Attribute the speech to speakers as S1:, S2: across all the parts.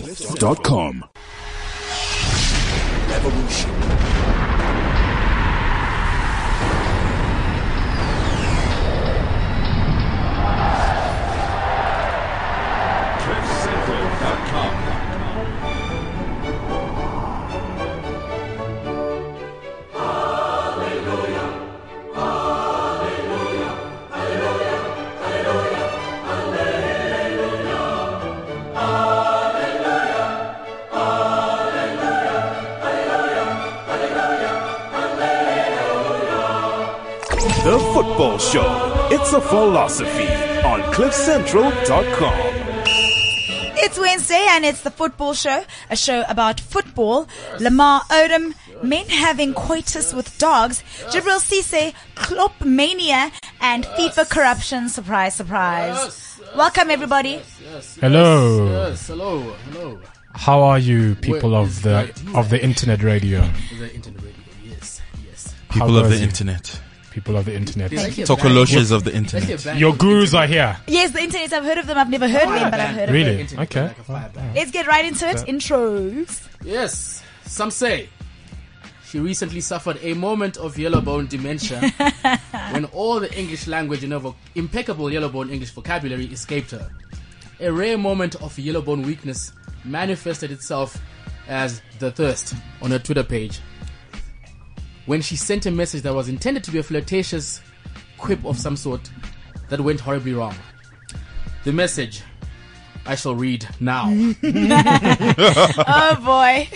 S1: CliffCentral.com.
S2: Evolution.
S1: The Football Show. It's a philosophy on CliffCentral.com.
S3: It's Wednesday and it's the football show, a show about football, Lamar Odom, men having coitus with dogs, Jibril Cisse, Klopp mania, and FIFA corruption. Surprise, surprise. Welcome everybody.
S4: Hello.
S5: Yes, hello, hello.
S4: How are you, people
S5: Where
S4: of
S5: is
S4: the
S5: my-
S4: of the internet radio?
S5: The internet radio. Yes, yes.
S4: How
S6: People of
S4: goes
S6: the
S4: it?
S6: internet.
S4: People of the internet.
S5: Actually a
S6: Tokoloshes of the
S5: band- actually a
S6: internet.
S5: band
S4: Your
S5: called
S4: gurus are here.
S3: Yes, the internet, I've heard of them. I've never heard of them, but I've heard of them.
S4: Really?
S5: Internet
S4: Okay.
S5: like a fire band.
S3: Let's get right into it. Intros.
S5: Yes. Some say she recently suffered a moment of yellow bone dementia when all the English language and of impeccable yellow bone English vocabulary escaped her. A rare moment of yellow bone weakness manifested itself as the thirst on her Twitter page when she sent a message that was intended to be a flirtatious quip of some sort that went horribly wrong. The message I shall read now.
S3: Oh boy.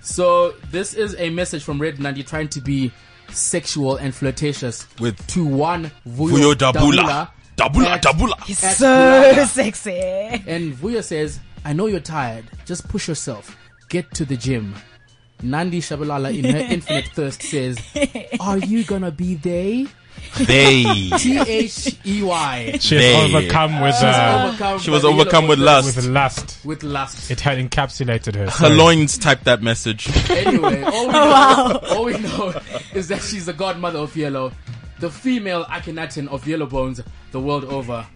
S5: So this is a message from Red Nandi trying to be sexual and flirtatious
S6: With-
S5: to one Vuyo
S6: Vuyo Dabula. Dabula,
S5: At-
S6: Dabula.
S3: He's
S5: That's
S3: so
S5: Lada.
S3: sexy.
S5: And Vuyo says, "I know you're tired. Just push yourself. Get to the gym." Nandi Shabalala, in her infinite thirst, says, "Are you gonna be they?"
S6: They.
S5: T H E Y.
S4: She's
S6: They-
S4: overcome with uh,
S6: She was overcome with
S4: with
S6: lust.
S4: lust.
S5: With lust.
S4: It had encapsulated her.
S6: Her
S4: sorry.
S6: loins typed that message.
S5: Anyway, all
S3: Oh,
S5: we, know, all we know is that she's the godmother of yellow, the female Akhenaten of yellow bones the world over,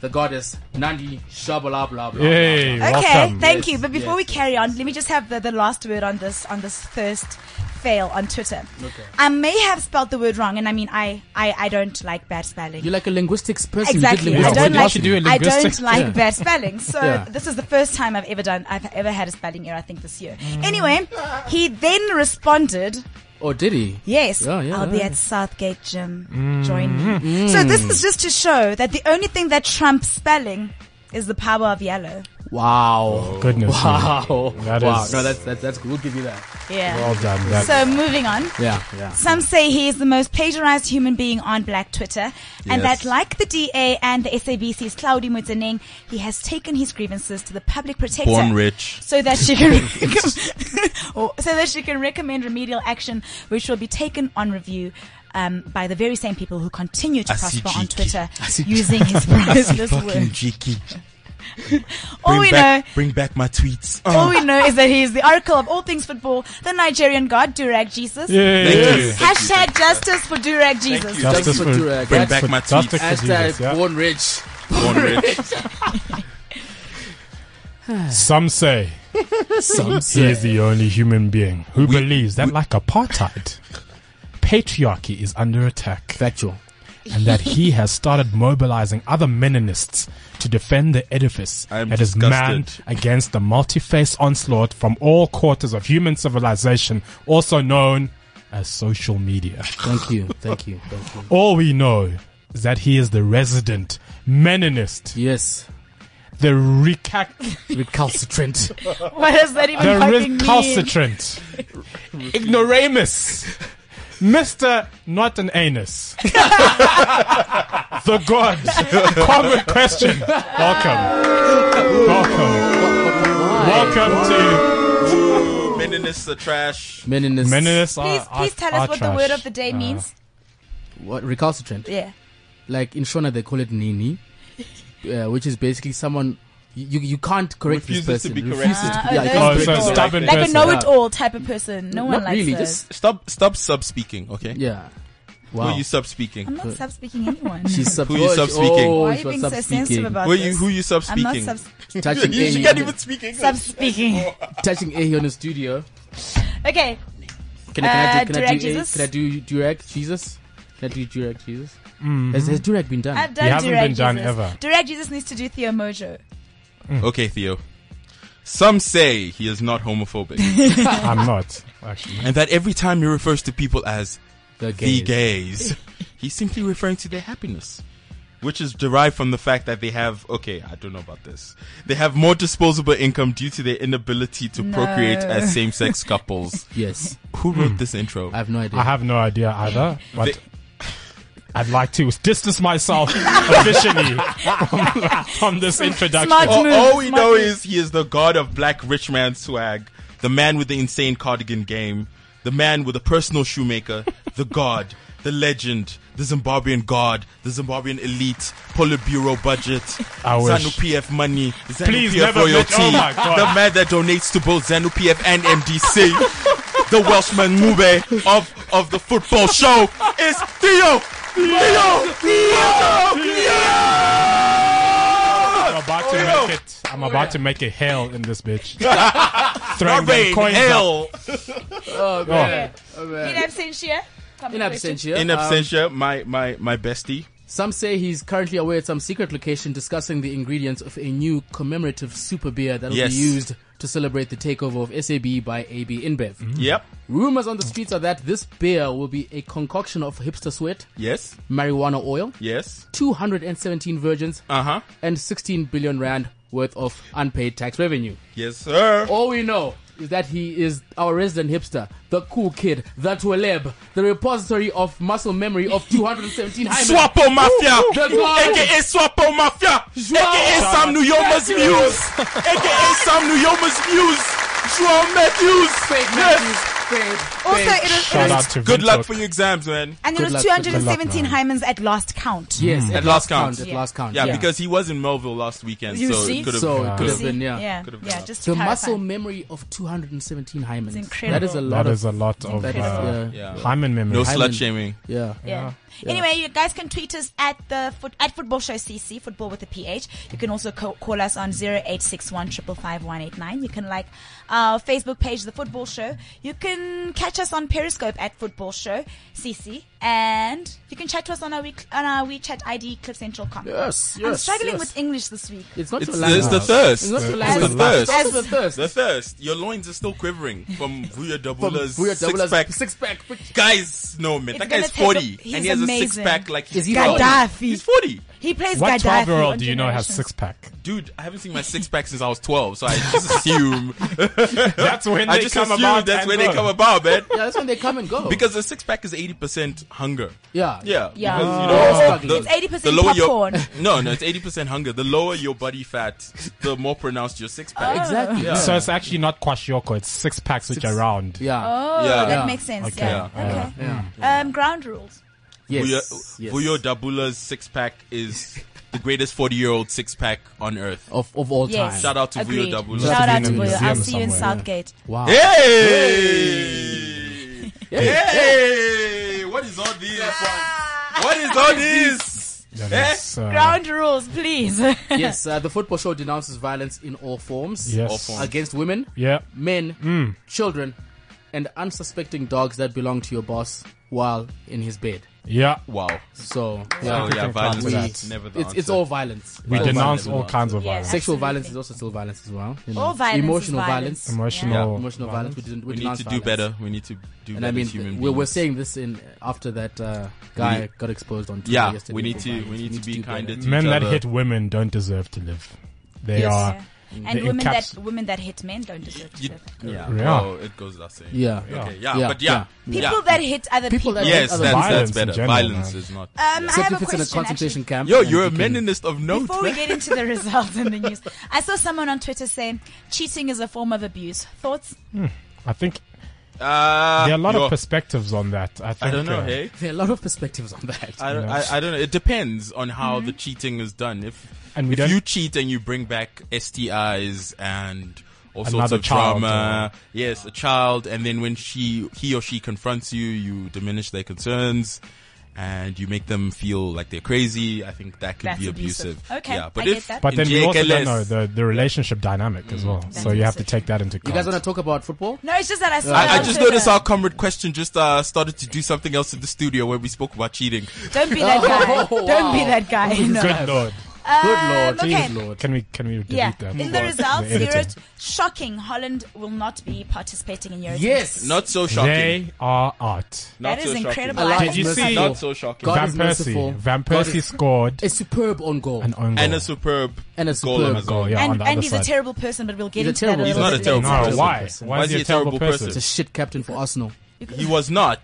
S5: the goddess Nandi Shabala blah blah.
S4: Yay!
S3: Okay,
S4: Welcome.
S3: thank you. But before we carry on, let me just have the, the last word on this on this first fail on Twitter. Okay. I may have spelled the word wrong, and I mean I I, I don't like bad spelling.
S5: You're like a linguistics person. you did
S3: exactly. I
S4: Yeah,
S5: linguistics.
S3: don't
S4: what
S3: like
S4: you do in
S3: I don't
S4: linguistics,
S3: like
S5: yeah.
S3: bad spelling. So
S5: Yeah.
S3: this is the first time I've ever done I've ever had a spelling error. I think this year. Anyway, he then responded.
S5: Or Oh, did he?
S3: Yes,
S5: Yeah, yeah,
S3: I'll be
S5: yeah.
S3: at Southgate Gym. Join me. So this is just to show that the only thing that trumps spelling is the power of yellow.
S5: Wow.
S4: Goodness me.
S5: Wow.
S4: That
S5: wow.
S4: is-
S5: No, that's that's that's good. We'll give you that.
S3: Yeah.
S4: Well done. That,
S3: so moving on.
S5: Yeah. Yeah.
S3: Some say he is the most plagiarized human being on black Twitter, and
S6: Yes.
S3: that like the DA and the SABC's Claudi Mutsaneng, he has taken his grievances to the public protector.
S6: Born rich.
S3: So that she can, or so that she can recommend remedial action, which will be taken on review um, by the very same people who continue to prosper on
S6: Asijiki.
S3: Twitter
S6: Asij-
S3: using his priceless
S6: Fucking
S3: work.
S6: Jiki.
S3: All we
S6: Bring
S3: know
S6: back, bring back my tweets. Uh,
S3: All we know is that he is the oracle of all things football, the Nigerian god, Durag Jesus.
S4: Yay!
S3: Hashtag justice for Durag Jesus.
S6: you.
S4: Justice
S5: Thanks for
S4: for
S5: Durag.
S6: Bring
S4: justice
S6: back
S4: for-
S6: my
S4: justice
S6: tweets.
S4: for Jesus,
S5: Hashtag
S4: yeah.
S5: born rich.
S6: Born rich.
S4: Some say
S5: Some
S4: he
S5: say.
S4: is the only human being who believes that, like apartheid, patriarchy is under attack.
S5: Factual.
S4: and that he has started mobilizing other Meninists to defend the edifice
S6: I am
S4: that is man
S6: disgusted.
S4: against the multi-face onslaught from all quarters of human civilization, also known as social media.
S5: Thank you. Thank you. Thank you.
S4: All we know is that he is the resident Meninist,
S5: Yes.
S4: the recac-
S5: Recalcitrant.
S3: What does that even
S4: the
S3: fucking mean?
S4: recalcitrant, ignoramus, Mr. Not an anus. the God. Common question. Welcome. Welcome. Welcome to
S6: Meninists are trash.
S5: Men in this.
S4: Meninus.
S3: Please, please tell us what the word of the day
S4: Uh,
S3: means.
S5: What recalcitrant?
S3: Yeah.
S5: like in Shona they call it Nini, uh, which is basically someone you you can't correct this
S6: Refuses to
S5: person.
S6: be
S5: Refuses
S6: corrected.
S5: to- yeah, you
S3: Ah,
S5: can't
S4: Oh,
S5: correct
S4: so
S5: this
S4: stubborn
S3: Like a
S4: person.
S3: know-it-all type of person. No one
S5: Not
S3: likes
S5: really,
S3: those.
S6: Stop, stop sub speaking, okay?
S5: person. Yeah.
S6: Who
S5: Wow.
S6: are you sub speaking?
S3: I'm not sub speaking anyone.
S5: She's sub-
S6: Who you
S5: oh, she-
S6: sub-speaking?
S5: Oh,
S3: Why are
S5: she
S3: you
S5: was
S3: being so
S5: sub-speaking.
S3: sensitive about
S6: Who are
S3: this?
S6: you who you sub
S3: I'm not
S6: speaking?
S3: sub
S5: Touching
S6: you,
S5: A-
S6: you can't even speak English.
S3: sub speaking.
S5: touching A here in the studio.
S3: Okay,
S5: Can I, can I
S3: Uh,
S5: do, can I
S3: Durag
S5: do, A-
S3: Jesus?
S5: can I do Durag Jesus? Can I do Durag Jesus? Has, has Durag been done?
S3: I've done.
S4: You haven't
S3: Direct
S4: been done
S3: Jesus.
S4: ever.
S3: Direct Jesus needs to do Theo Mojo.
S6: Okay, Theo. Some say he is not homophobic,
S4: I'm not actually.
S6: and that every time he refers to people as
S5: the gays.
S6: the gays, he's simply referring to their happiness, which is derived from the fact that they have. Okay, I don't know about this. They have more disposable income due to their inability to procreate
S3: No.
S6: as same-sex couples.
S5: Yes,
S6: Who wrote this intro?
S5: I have no idea.
S4: I have no idea either, but
S6: They-
S4: I'd like to distance myself officially from, from this introduction.
S3: Smart
S6: all,
S3: move,
S6: all we
S3: smart
S6: know
S3: move.
S6: is he is the god of black rich man swag, the man with the insane cardigan game, the man with a personal shoemaker, the god, the legend, the Zimbabwean god, the Zimbabwean elite, Politburo budget,
S4: I wish.
S6: ZANU PF money, ZANU
S4: Please
S6: PF
S4: never
S6: royalty,
S4: mention- oh my God.
S6: the man that donates to both ZANU PF and MDC, the Welshman Mube of, of the football show is Theo! Theo! Theo! Theo!
S4: I'm about to
S6: Oreo.
S4: make it. I'm about to make a hell in this bitch. Throwing them
S6: Rain,
S4: coins up.
S6: hell!
S5: Oh, man. Oh,
S3: In
S5: man.
S3: absentia.
S5: In absentia.
S6: In
S5: um,
S6: absentia, my, my, my bestie.
S5: Some say he's currently away at some secret location discussing the ingredients of a new commemorative super beer that will
S6: Yes.
S5: be used to celebrate the takeover of SAB by AB InBev.
S6: Yep.
S5: Rumors on the streets are that this beer will be a concoction of hipster sweat,
S6: Yes.
S5: marijuana oil,
S6: Yes.
S5: 217 virgins,
S6: Uh huh.
S5: and 16 billion rand worth of unpaid tax revenue.
S6: Yes, sir.
S5: All we know is that he is our resident hipster, the cool kid, the Tweleb, the repository of muscle memory of 217 hymen.
S6: Swapo Mafia,
S5: The God.
S6: aka Swapo Mafia, aka Sam Nuyoma's Muse, aka Sam Nuyoma's Muse, João Matthews.
S5: Fake
S6: Yes.
S5: Matthews, fake,
S3: Also,
S5: fake.
S3: it was, it
S4: Shout out
S3: was
S4: to
S6: Good luck
S4: Vintok.
S6: for your exams, man.
S3: and it
S5: Good
S3: was
S5: luck, good luck,
S3: 217 hymens at last count.
S5: yes,
S6: Hmm. At last count.
S5: At
S3: Yeah.
S5: last count.
S6: Yeah, because he was in Melville last weekend,
S3: You
S6: so
S3: see?
S6: it could have.
S5: so it could
S3: You
S5: have
S3: see?
S5: been yeah.
S3: yeah,
S6: Could've
S3: yeah,
S6: been
S3: just to
S5: The
S3: clarify.
S5: muscle memory of 217 hymens.
S3: It's incredible.
S5: That is a lot
S4: That
S5: of
S4: is a lot of
S5: that is,
S4: uh,
S5: yeah.
S6: yeah.
S4: hymen memory.
S6: No
S5: Hymen.
S6: slut shaming.
S5: yeah.
S3: Yeah. Anyway, you guys can tweet us at the foot, at football show CC football with a PH. You can also co- call us on zero eight six one triple five one eight nine. You can like our Facebook page, the football show. You can catch us on Periscope at football show CC, and you can chat to us on our we, on our WeChat ID cliffcentral.com.
S5: Yes,
S3: I'm
S5: yes,
S3: struggling
S5: yes.
S3: with English this week.
S5: It's not
S6: It's,
S5: your language.
S6: it's the thirst.
S5: It's not your
S4: As-
S5: language.
S6: the thirst.
S5: It's the thirst.
S6: The thirst. Your loins are still quivering from Vuya Dabula's
S5: From Vuya Dabula's
S6: six pack.
S5: six pack.
S6: Guys, no man,
S3: It's
S6: that
S3: gonna
S6: guy's
S3: take a-
S6: forty,
S3: he's
S6: and he has a six
S3: amazing.
S6: pack. Like he's
S5: Is he
S6: 40.
S3: Gaddafi.
S6: He's forty,
S3: He plays
S4: What
S3: Gaddafi
S4: twelve year
S3: on
S4: old do you know has
S3: Generations.
S4: six pack?
S6: dude. I haven't seen my six pack since I was twelve, so I just assume.
S4: That's when
S6: I
S4: they
S6: just
S4: come
S6: assume
S4: about.
S6: that's
S4: and
S6: where they
S4: go.
S6: come about, man.
S5: Yeah, that's when they come and go.
S6: Because a six pack is eighty percent hunger.
S5: yeah,
S6: Yeah,
S3: Yeah.
S6: Because, you
S5: Oh.
S6: know,
S5: It's
S6: the-
S3: It's eighty
S6: the
S3: percent
S6: lower
S3: popcorn.
S6: your no, no, it's eighty percent hunger. The lower your body fat, the more pronounced your six pack.
S5: exactly.
S6: Yeah.
S4: So it's actually not kwashiorkor. It's six packs which are round.
S5: Yeah.
S3: oh,
S6: Yeah.
S3: that
S5: Yeah.
S3: makes sense.
S4: Okay.
S3: Yeah. Oh,
S4: Yeah.
S3: Okay. Um, ground rules.
S5: Yes.
S6: Vuyo, Vuyo Dabula's six pack is the greatest forty year old six pack on earth.
S5: of of all
S3: Yes.
S5: time.
S6: Shout out to Vuyo
S3: Agreed.
S6: Dabula.
S3: Shout out to
S4: Museum
S3: Buyo. I'll see you in
S4: somewhere.
S3: Southgate.
S5: Wow.
S6: Hey! Hey! What is all this? What is all this?
S4: Yeah,
S6: Eh?
S4: that's, uh,
S3: Ground rules, please.
S5: yes, uh, the football show denounces violence in all forms
S6: All
S4: Yes.
S6: forms.
S5: against women,
S4: Yeah.
S5: men,
S4: Hmm.
S5: children, and unsuspecting dogs that belong to your boss while in his bed.
S4: Yeah.
S6: Wow.
S5: So
S6: Oh, yeah,
S4: African
S6: violence
S4: culture.
S6: is never the
S5: it's, it's
S6: answer.
S5: all violence.
S4: We
S5: All
S4: denounce
S5: violence.
S4: all kinds of
S3: Yeah.
S4: violence.
S5: Sexual
S3: Absolutely.
S5: violence is also still violence as well. you know.
S3: All violence.
S5: Emotional
S3: is
S5: violence.
S4: Emotional.
S5: Emotional violence. We, didn't, we,
S6: We need
S5: denounce
S6: to do
S5: violence.
S6: better. We need to do
S5: And
S6: better
S5: I mean,
S6: as human
S5: we're,
S6: beings.
S5: we're saying this in after that uh, guy
S6: need-
S5: got exposed on Twitter
S6: Yeah,
S5: yesterday.
S6: we need
S5: for
S6: to- we
S5: violence.
S6: need to be
S5: do better.
S6: kinder to-
S4: Men
S6: each
S4: that
S6: other.
S4: hit women don't deserve to live. They
S5: Yes.
S4: are.
S3: Yeah. And
S4: the
S3: women that
S4: encaps-
S3: women that hit men don't deserve to
S6: You-
S3: live.
S6: yeah.
S4: Yeah.
S6: Oh, it goes that same.
S5: Yeah.
S6: Okay, yeah,
S5: Yeah.
S6: but yeah.
S3: People
S6: yeah.
S3: that hit other people.
S5: People that-
S6: Yes,
S5: Violence
S6: that's,
S4: in
S6: that's better.
S4: general,
S6: Violence
S4: man.
S6: is not.
S3: um, I
S5: Except
S3: have a
S5: if it's in
S3: question.
S5: a concentration
S3: actually.
S5: camp.
S6: Yo,
S5: and
S6: you're a
S5: you can-
S6: meninist of note.
S3: Before we
S6: man.
S3: get into the results and the news, I saw someone on Twitter say cheating is a form of abuse. Thoughts?
S4: I think
S6: Uh,
S4: there are a lot
S6: yo,
S4: of perspectives on that. I think.
S6: I don't know,
S4: uh,
S6: hey?
S5: There are a lot of perspectives on that.
S6: I don't, I, I don't know. It depends on how the cheating is done. If
S4: Mm-hmm. And we
S6: if
S4: don't-
S6: you cheat and you bring back STIs and all sorts
S4: Another
S6: of
S4: child,
S6: trauma, yes, a child, and then when she he or she confronts you, you diminish their concerns, and you make them feel like they're crazy, I think that could
S3: That's
S6: be abusive.
S3: abusive. Okay,
S6: yeah, but
S3: I get
S6: if
S3: that.
S4: But
S6: in
S4: then we also don't
S6: JKLS
S4: know the, the relationship dynamic as
S3: Mm.
S4: well. So you have to
S3: also
S4: take that into
S5: You guys
S4: account.
S5: want to talk about football?
S3: No, it's just that I saw. it
S6: I, I
S3: on
S6: just
S3: Twitter.
S6: noticed our comrade question just uh, started to do something else in the studio where we spoke about cheating.
S3: Don't be that guy.
S5: Oh, wow.
S3: Don't be that guy. No. Um,
S4: Good lord.
S3: Uh,
S5: Good lord,
S3: okay.
S5: good lord.
S4: Can we can we delete
S3: Yeah.
S4: that?
S3: In
S4: for
S3: the results,
S4: editing?
S3: you wrote shocking. Holland will not be participating in Euro.
S5: Yes.
S6: Not so shocking.
S4: They are out.
S6: Not
S3: That
S6: so
S3: is
S6: shocking.
S3: incredible.
S5: I like
S4: Did you
S5: merciful.
S4: see-
S6: Not so shocking.
S5: God
S4: Van
S5: is
S4: Persie.
S5: merciful.
S4: Van
S5: God
S4: Persie
S5: is-
S4: scored
S5: A superb on goal.
S4: an own goal.
S6: And a superb
S5: And a
S6: goal on
S5: superb
S6: his
S5: goal,
S6: own.
S4: yeah, on
S3: And,
S4: the
S3: and
S4: other
S3: he's
S4: side.
S3: a terrible person, but we'll get
S5: He's a
S3: into that
S5: terrible-
S3: a
S5: He's
S3: little
S6: not a
S3: bit
S6: terrible
S3: later.
S4: No,
S6: person.
S4: why? Why is he a terrible person?
S5: It's a shit captain for Arsenal.
S6: He was not.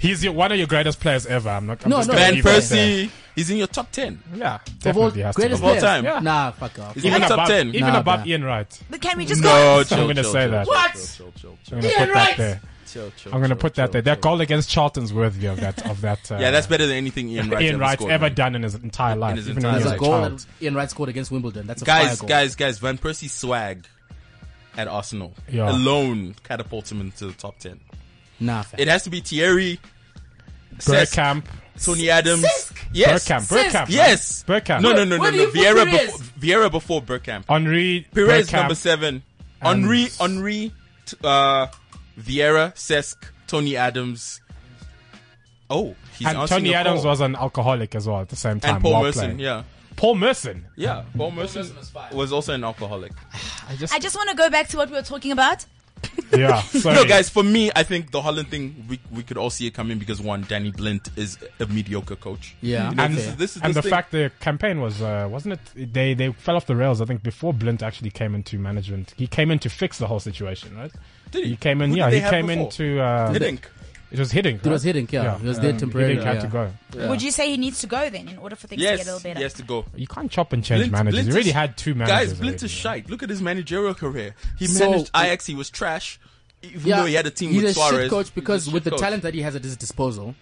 S4: He's your, one of your greatest players ever. I'm not. I'm
S5: No,
S4: just
S5: no.
S4: gonna
S6: Van
S4: leave it at
S6: Persie, he's in your top 10.
S4: that. Yeah,
S5: Of all
S4: definitely has to
S5: greatest
S4: go.
S6: Of all
S5: players.
S6: time.
S4: Yeah.
S5: Nah, fuck off.
S6: He's in
S4: Even
S6: your top
S4: above,
S6: 10.
S4: even
S5: Nah,
S4: above
S5: bruh.
S4: Ian Wright.
S3: But can we just
S6: No,
S3: go?
S6: chill,
S4: gonna
S6: chill,
S4: say
S6: chill,
S4: that.
S6: chill,
S5: What?
S6: chill, chill, chill,
S4: I'm gonna
S5: Ian
S4: put that
S5: Wright!
S4: there.
S6: chill, chill,
S4: I'm gonna
S6: chill,
S4: put that
S6: chill,
S4: there. That
S6: chill.
S4: goal against Charlton's worthy of that of that. Uh,
S6: Yeah, that's better than anything Ian Wright
S4: Ian
S6: ever
S4: Wright's
S6: scored,
S4: ever
S6: man.
S4: done in his entire life.
S6: his
S4: even
S6: entire
S4: when he
S5: There's
S4: was
S5: a
S4: a
S6: life.
S5: goal
S4: child.
S5: that Ian Wright scored against Wimbledon. That's a fire
S6: Guys,
S5: goal.
S6: guys, guys, Van Persie's swag at Arsenal
S4: Yeah.
S6: alone catapults him into the top 10.
S5: Nah, fam.
S6: It has to be Thierry, Cesc,
S4: Bergkamp,
S6: Tony Adams.
S5: Cesc?
S6: Yes.
S4: Bergkamp, Bergkamp.
S6: Yes.
S4: right? Bergkamp.
S6: No, no, no, no,
S5: Where do
S6: no.
S5: you put
S6: Vieira,
S5: Perez?
S6: befo- Vieira before Bergkamp.
S4: Henri,
S6: Perez
S4: Bergkamp,
S6: number seven. Henri, Henri, t- uh, Vieira, Cesc, Tony Adams. Oh, he's
S4: and
S6: answering
S4: Tony
S6: the
S4: Adams
S6: call.
S4: was an alcoholic as well at the same time.
S6: and Paul
S4: while
S6: Merson.
S4: playing.
S6: Yeah,
S4: Paul Merson.
S6: yeah. Paul Merson was also an alcoholic.
S3: I just want to go back to what we were talking about.
S4: Yeah. So
S6: No, guys, for me, I think the Holland thing we we could all see it coming because one, Danny Blint is a mediocre coach.
S5: Yeah.
S6: You know,
S5: And-
S6: this is, this is
S4: and
S6: this
S4: the
S6: thing.
S4: fact the campaign was uh, wasn't it they they fell off the rails I think before Blint actually came into management he came in to fix the whole situation right
S6: Did he?
S4: came in
S6: Who did
S4: yeah
S6: they
S4: he
S6: have
S4: came
S6: before?
S4: into uh,
S6: Hiddink.
S4: it was hitting
S5: it was hitting, yeah. It was there temporarily.
S4: had
S5: yeah.
S4: to go
S3: Would you say he needs to go then in order for things to get a
S6: Yes,
S3: little better?
S6: yes, to go.
S4: you can't chop and change
S6: Blint-
S4: managers
S6: Blint
S4: you already
S6: is-
S4: had two managers
S6: Guys, Blint
S4: already.
S6: is shite. Look at his managerial career. He
S5: So-
S6: managed Ajax. He was trash, even though he had a team
S5: he's
S6: with
S5: a
S6: Suarez.
S5: shit coach because
S6: He's a
S5: with
S6: shit
S5: the
S6: coach.
S5: talent that he has at his disposal,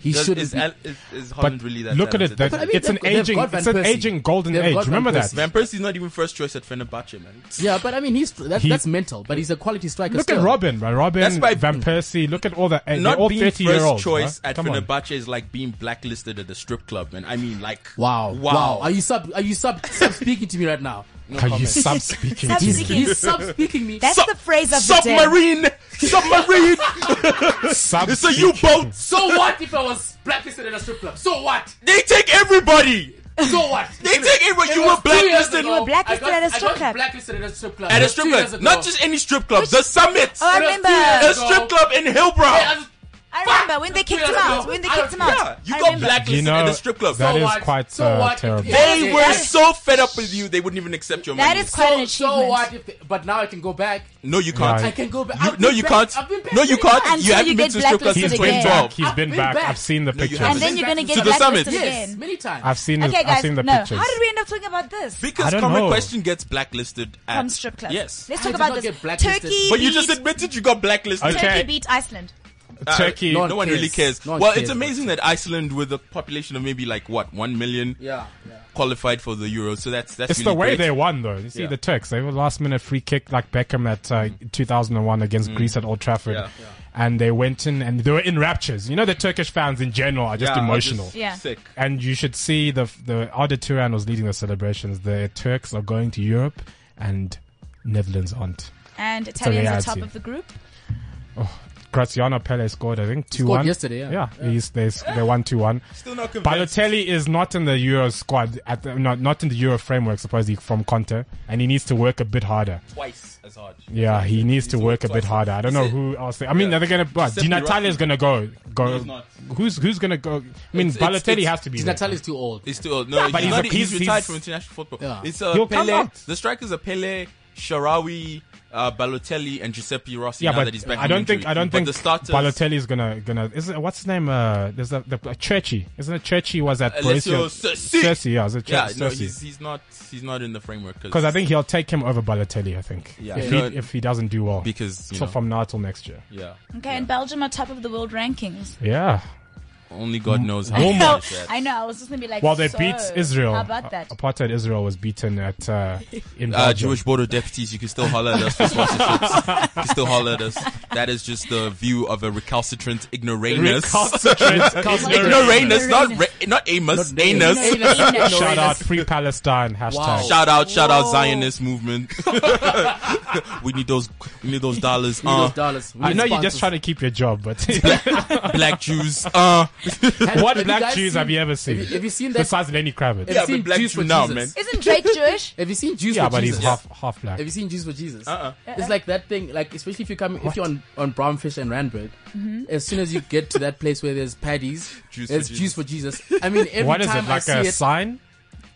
S5: he
S6: Does-
S5: shouldn't.
S6: is,
S5: be-
S6: Al- is, is Holland
S4: but
S6: really that?
S4: look at it
S6: talented?
S4: that,
S5: I mean,
S4: it's an
S5: they've- they've
S4: aging
S5: got Van
S4: it's an
S5: Persie.
S4: aging golden
S5: They've got
S4: age
S5: Van
S4: remember that
S5: Persie.
S6: Van Persie's not even first choice at Fenerbahce, man.
S5: yeah, but I mean, he's that,
S4: He-
S5: that's mental. But he's a quality striker.
S4: Look
S5: still.
S4: at Robin, right? Robin,
S6: That's why-
S4: Van Persie. Look at all that. They're
S6: Not
S4: all
S6: being
S4: thirty year
S6: first
S4: olds.
S6: choice
S4: right?
S6: at
S4: Come on.
S6: Fenerbahce is like being blacklisted at a strip club, man. I mean, like
S5: Wow, wow,
S6: wow.
S5: Are you sub? Are you sub? sub speaking to me right now?
S4: Are you sub speaking?
S3: Sub
S4: to me?
S3: speaking.
S5: He's sub speaking me.
S3: That's
S6: Sub-
S3: the phrase of the day.
S6: submarine, submarine.
S4: Sub
S6: it's a U-boat.
S5: so what if I was blacklisted at a strip club? So what?
S6: They take everybody.
S5: So what?
S6: They take everybody.
S5: It
S6: You
S5: was
S6: were
S5: two years
S6: blacklisted
S5: ago.
S3: were blacklisted
S5: I got-
S3: at a
S5: I
S3: strip
S5: got
S3: club.
S5: Blacklisted at a strip club.
S6: at
S5: It
S6: a
S5: was
S6: strip
S5: two years
S6: club.
S5: ago.
S6: Not just any strip club. The summit.
S3: Oh, I
S5: It was two
S3: remember.
S5: years
S6: a
S5: ago.
S6: strip club in
S5: Hey, uh, I
S6: Hillbrow.
S5: was-
S3: I remember when they kicked him out. When they kicked him
S6: Yeah,
S3: out.
S6: you
S3: I
S6: got
S3: remember.
S6: blacklisted
S4: You know,
S6: at a strip club.
S4: that
S5: So
S4: is
S5: what?
S4: quite
S5: So
S4: uh,
S5: what?
S4: terrible.
S5: Yeah.
S6: they were so fed up with you. They wouldn't even accept your
S3: That
S6: money.
S3: is quite an
S5: so, so
S3: achievement.
S5: what if? They, but now I can go back.
S6: no, you can't.
S4: Yeah.
S5: I can go back.
S6: You-
S5: I've
S6: no,
S5: been
S6: you
S5: back-
S6: can't.
S5: I've been back
S6: No, you
S5: here.
S6: can't.
S3: Until
S6: you haven't
S3: you
S6: been
S3: get
S6: to strip clubs
S3: blacklisted
S6: since
S4: He's
S3: again.
S4: been
S6: 2012.
S4: back. He's
S5: I've
S4: been
S5: been
S4: back.
S5: back.
S4: I've seen the pictures.
S6: haven't.
S3: And then you're going to
S6: To
S3: get
S6: the summit.
S3: blacklisted
S5: Yes,
S3: again.
S5: many times.
S4: I've seen.
S3: Okay,
S4: his,
S3: guys.
S4: I've seen the
S3: no.
S4: pictures.
S3: How did we end up talking about this?
S4: I
S6: Because
S4: don't
S6: Common
S4: know.
S6: Question gets blacklisted at
S3: From strip clubs.
S6: Yes.
S3: Let's
S5: I
S3: talk
S5: did
S3: about
S5: not
S3: this.
S5: get blacklisted.
S3: Turkey.
S6: But you just
S3: beat-
S6: admitted you got blacklisted.
S4: Okay.
S3: Turkey beat Iceland.
S6: Uh,
S4: Turkey.
S5: no,
S6: No one
S5: cares.
S6: really cares.
S5: No one
S6: well,
S5: cares.
S6: it's amazing that Iceland, with a population of maybe like what one million,
S5: Yeah, yeah.
S6: qualified for the Euros. So that's that's
S4: It's
S6: really
S4: the way
S6: great.
S4: they won, though. You see,
S6: Yeah. Mm.
S4: the Turks, they were last minute free kick like Beckham at uh, 2001 against Greece at Old Trafford.
S6: Yeah. Yeah.
S4: And they went in and they were in raptures. You know, the Turkish fans in general are just
S6: Yeah,
S4: emotional.
S6: just
S3: Yeah.
S6: Sick.
S4: And you should see the, the Arda Turan was leading the celebrations. The Turks are going to Europe and Netherlands aren't.
S3: And Italians are
S4: reality.
S3: top of the group.
S4: Graziano Pele scored, I think, 2
S5: scored
S4: 1.
S5: yesterday, yeah.
S4: Yeah, He's, they, they won 2 1.
S6: Still not convinced.
S4: Balotelli is not in the Euro squad, at the, not, not in the Euro framework, supposedly, from Conte, and he needs to work a bit harder.
S6: twice as hard.
S4: Yeah, he needs to work a bit
S6: twice.
S4: harder. I don't know
S6: Is it-
S4: who else. They, I mean,
S6: Yeah.
S4: they're gonna. But Di
S6: Giuseppe
S4: Natale is
S6: Rossi.
S4: gonna go.
S6: No,
S4: Go.
S6: he's not.
S4: who's who's gonna go? I mean,
S6: It's- it's-
S4: Balotelli
S6: it's-
S4: has to be.
S5: Di
S4: there.
S5: Natale is too old.
S6: It's too old. No,
S4: but
S6: he's,
S4: he's a-
S6: not, he's,
S4: he's-
S6: retired
S4: he's-
S6: from international football.
S5: Yeah.
S6: It's uh,
S4: He'll come
S6: Pele.
S4: out.
S6: The strikers are Pele, Sharawi, uh, Balotelli, and Giuseppe Rossi.
S4: Yeah,
S6: now that
S4: but
S6: he's back
S4: I
S6: from
S4: don't think
S6: injury.
S4: I don't
S6: but
S4: think
S6: the starters.
S4: Balotelli is gonna gonna. Is it, what's his name? Uh, there's a, the uh, Churchy. Isn't it Churchy was at
S6: Alessio
S4: Borussia?
S6: Cerci.
S4: Cerci, yeah, is it
S6: Yeah, no,
S4: Churchy?
S6: he's, he's not. He's not in the framework
S4: Because I think he'll take him over Balotelli. I think.
S6: Yeah.
S4: If
S6: Yeah.
S4: he if he doesn't do well.
S6: Because, you
S4: So
S6: know.
S4: from now till next year.
S6: yeah.
S3: Okay, and Belgium are top of the world rankings.
S4: Yeah.
S6: Only God knows how.
S3: I
S6: much
S3: know,
S6: that-
S3: I know. I was just gonna be like,
S4: While they
S3: so,
S4: beat Israel,
S3: How about that?
S4: a- apartheid Israel was beaten at uh, in
S6: Uh,
S4: Belgium.
S6: Jewish border deputies, you can still holler at us for sponsorships. you can still holler at us. That is just the view of a recalcitrant ignoramus. ignoramus, not re- not Amos,
S5: Not
S6: anus.
S5: Anus.
S4: Shout out free Palestine hashtag.
S5: Wow.
S6: Oh. Shout out, shout out
S3: Whoa.
S6: Zionist movement. we need those, we need those dollars.
S5: We need
S6: Uh,
S5: those dollars. We
S4: I
S5: need
S4: know you're
S5: sponsors.
S4: just trying to keep your job, but
S6: black Jews. Uh,
S5: Have-
S4: what
S5: have you
S4: black
S5: guys
S4: Jews
S5: seen-
S4: have you ever seen?
S5: Have you seen that? Have
S4: Besides Lenny Kravitz,
S5: you
S6: Yeah,
S5: seen
S6: but black
S5: Jews for
S6: Jew now,
S5: Jesus?
S3: Isn't Drake Jewish?
S5: Have you seen Jews
S4: yeah,
S5: for
S4: but
S5: Jesus?
S4: he's half half black.
S5: Have you seen Jews for Jesus? Uh-uh. It's like that thing. Like especially if you come, if you're on on Brownfish and Randburg, as soon as you get to that place where there's paddies,
S6: Jews for
S5: there's
S6: Jesus.
S5: Jews for Jesus. I mean, every
S4: What is
S5: time
S4: it like
S5: I
S4: a
S5: see it,
S4: sign?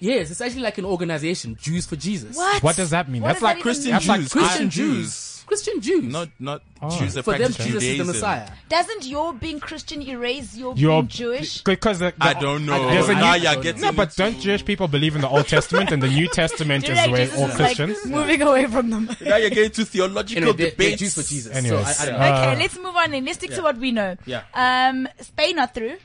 S5: yes, it's actually like an organization, Jews for Jesus.
S3: What?
S4: What does that mean?
S3: What
S4: That's
S3: does that
S4: like
S3: even
S6: Christian
S3: mean?
S4: That's like
S6: Jews.
S5: Christian
S6: Christian
S5: Jews,
S6: Jews.
S5: Christian Jews.
S6: Not, not
S4: Oh.
S6: Jews that
S5: for them,
S6: practice
S5: Jesus
S6: Judaism.
S5: is the Messiah.
S3: Doesn't your being Christian erase your
S4: you're
S3: being Jewish?
S4: because the, the,
S6: I don't know.
S5: There's a
S6: now
S5: new-
S6: you're getting
S4: No, but don't
S6: into-
S4: Jewish people believe in the Old Testament and the New Testament is
S3: Direct
S4: where
S3: Jesus
S4: all
S3: is
S4: Christians?
S3: Like moving away from them.
S6: Now you're getting to theological
S5: Anyway, they're- they're
S6: debates.
S5: Jews for Jesus.
S4: Anyways,
S5: so I, I don't know.
S4: uh,
S3: okay, let's move on then. Let's stick to what we know.
S6: Yeah.
S3: Um, Spain are through.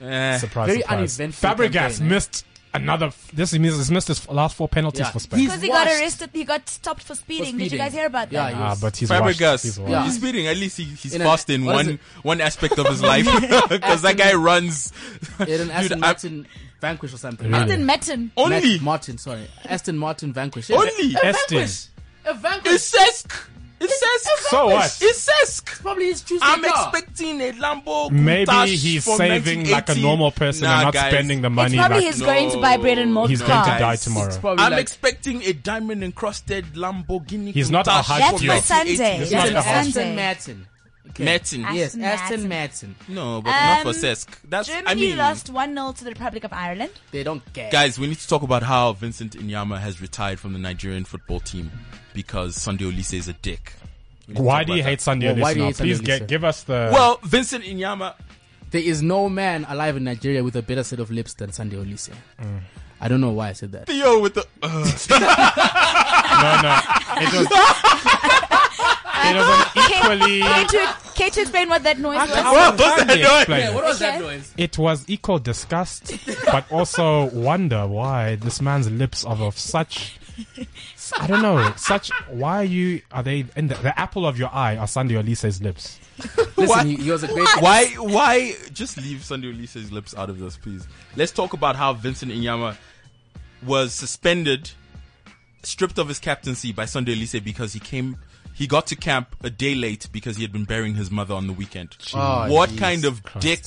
S6: Eh.
S4: surprise,
S5: Very
S4: surprise.
S5: uneventful
S4: Fabregas
S5: campaign, eh?
S4: missed another. f- This means he's missed his last four penalties
S5: Yeah.
S4: for Spain.
S5: He's
S3: Because he got
S5: washed.
S3: arrested, he got stopped for speeding. Did you
S5: speeding.
S3: guys hear about that?
S5: Yeah, he
S4: Ah,
S5: was-
S4: but he's washed. He's
S6: Fabregas,
S4: washed.
S5: Yeah.
S6: he's speeding. At least he, he's
S5: In a-
S6: fast in
S5: what is
S6: one
S5: it?
S6: one aspect of his life because that guy runs.
S5: They're an Aston
S6: Dude, I-
S5: Martin Vanquish or something.
S4: Really?
S3: Aston Martin.
S6: only,
S5: Matt Martin, sorry, Aston Martin Vanquish. Yeah,
S6: only.
S4: Estin.
S5: Vanquish. A Vanquish.
S6: It's Sesk. It's Sesk.
S4: So what?
S6: It's Sesk.
S5: probably his Jews.
S6: I'm
S5: like, "Ah,
S6: expecting a Lambo.
S4: Maybe
S6: Countach
S4: he's
S6: from
S4: saving like a
S6: 1980.
S4: normal person
S6: Nah,
S4: and not
S6: guys.
S4: spending the money
S3: it's probably
S4: like
S3: he's going to buy bread and milk
S4: he's
S6: No,
S4: going
S3: car.
S4: to die
S6: guys.
S5: It's
S4: tomorrow.
S5: probably
S6: I'm
S5: like-
S6: expecting a diamond encrusted Lamborghini.
S4: He's not a
S6: Countach
S4: hard
S6: from
S3: That's
S4: Thank
S3: for
S4: you.
S6: 1980.
S3: Sunday.
S4: It's
S5: Yes,
S4: not
S5: an
S4: a hard
S5: Aston
S3: Sunday.
S5: Martin. Okay.
S6: Metin.
S5: Yes,
S3: Aston
S5: Aston
S3: Martin.
S5: Martin.
S6: No, but not for
S3: Um,
S6: Sesk. That's
S3: Germany
S6: I mean.
S3: lost 1 0 to the Republic of Ireland.
S5: They don't care.
S6: Guys, we need to talk about how Vincent Inyama has retired from the Nigerian football team because Sunday Olise is a dick. We need to
S4: Why
S6: talk
S4: do you
S6: about
S4: hate Sunday
S5: Well, why do you
S4: Olise now?
S5: hate Sunday
S4: Please
S5: Olise?
S4: get, give us the.
S6: that. Well, Vincent Inyama,
S5: There is no man alive in Nigeria with a better set of lips than Sunday Olise. I don't know why I said that.
S6: Theo with the. Uh,
S4: no, no, it was. it was an equally.
S3: Care to, care to explain what that noise was?
S6: what was that
S4: Sunday
S6: noise?
S4: explained it.
S5: was
S3: that
S5: noise?
S4: It was equal disgust, but also wonder why this man's lips are of such. I don't know. Such. Why are you? Are they in the, the apple of your eye? Are Sandy Olise's lips?
S5: Listen,
S6: What?
S5: he, he was a great.
S6: Why? Why? Just leave Sunday Olise's lips out of this, please. Let's talk about how Vincent Inyama was suspended, stripped of his captaincy by Sunday Olise because he came. He got to camp a day late because he had been burying his mother on the weekend.
S5: Oh,
S6: what
S5: Jesus
S6: kind of
S4: Christ.
S6: dick,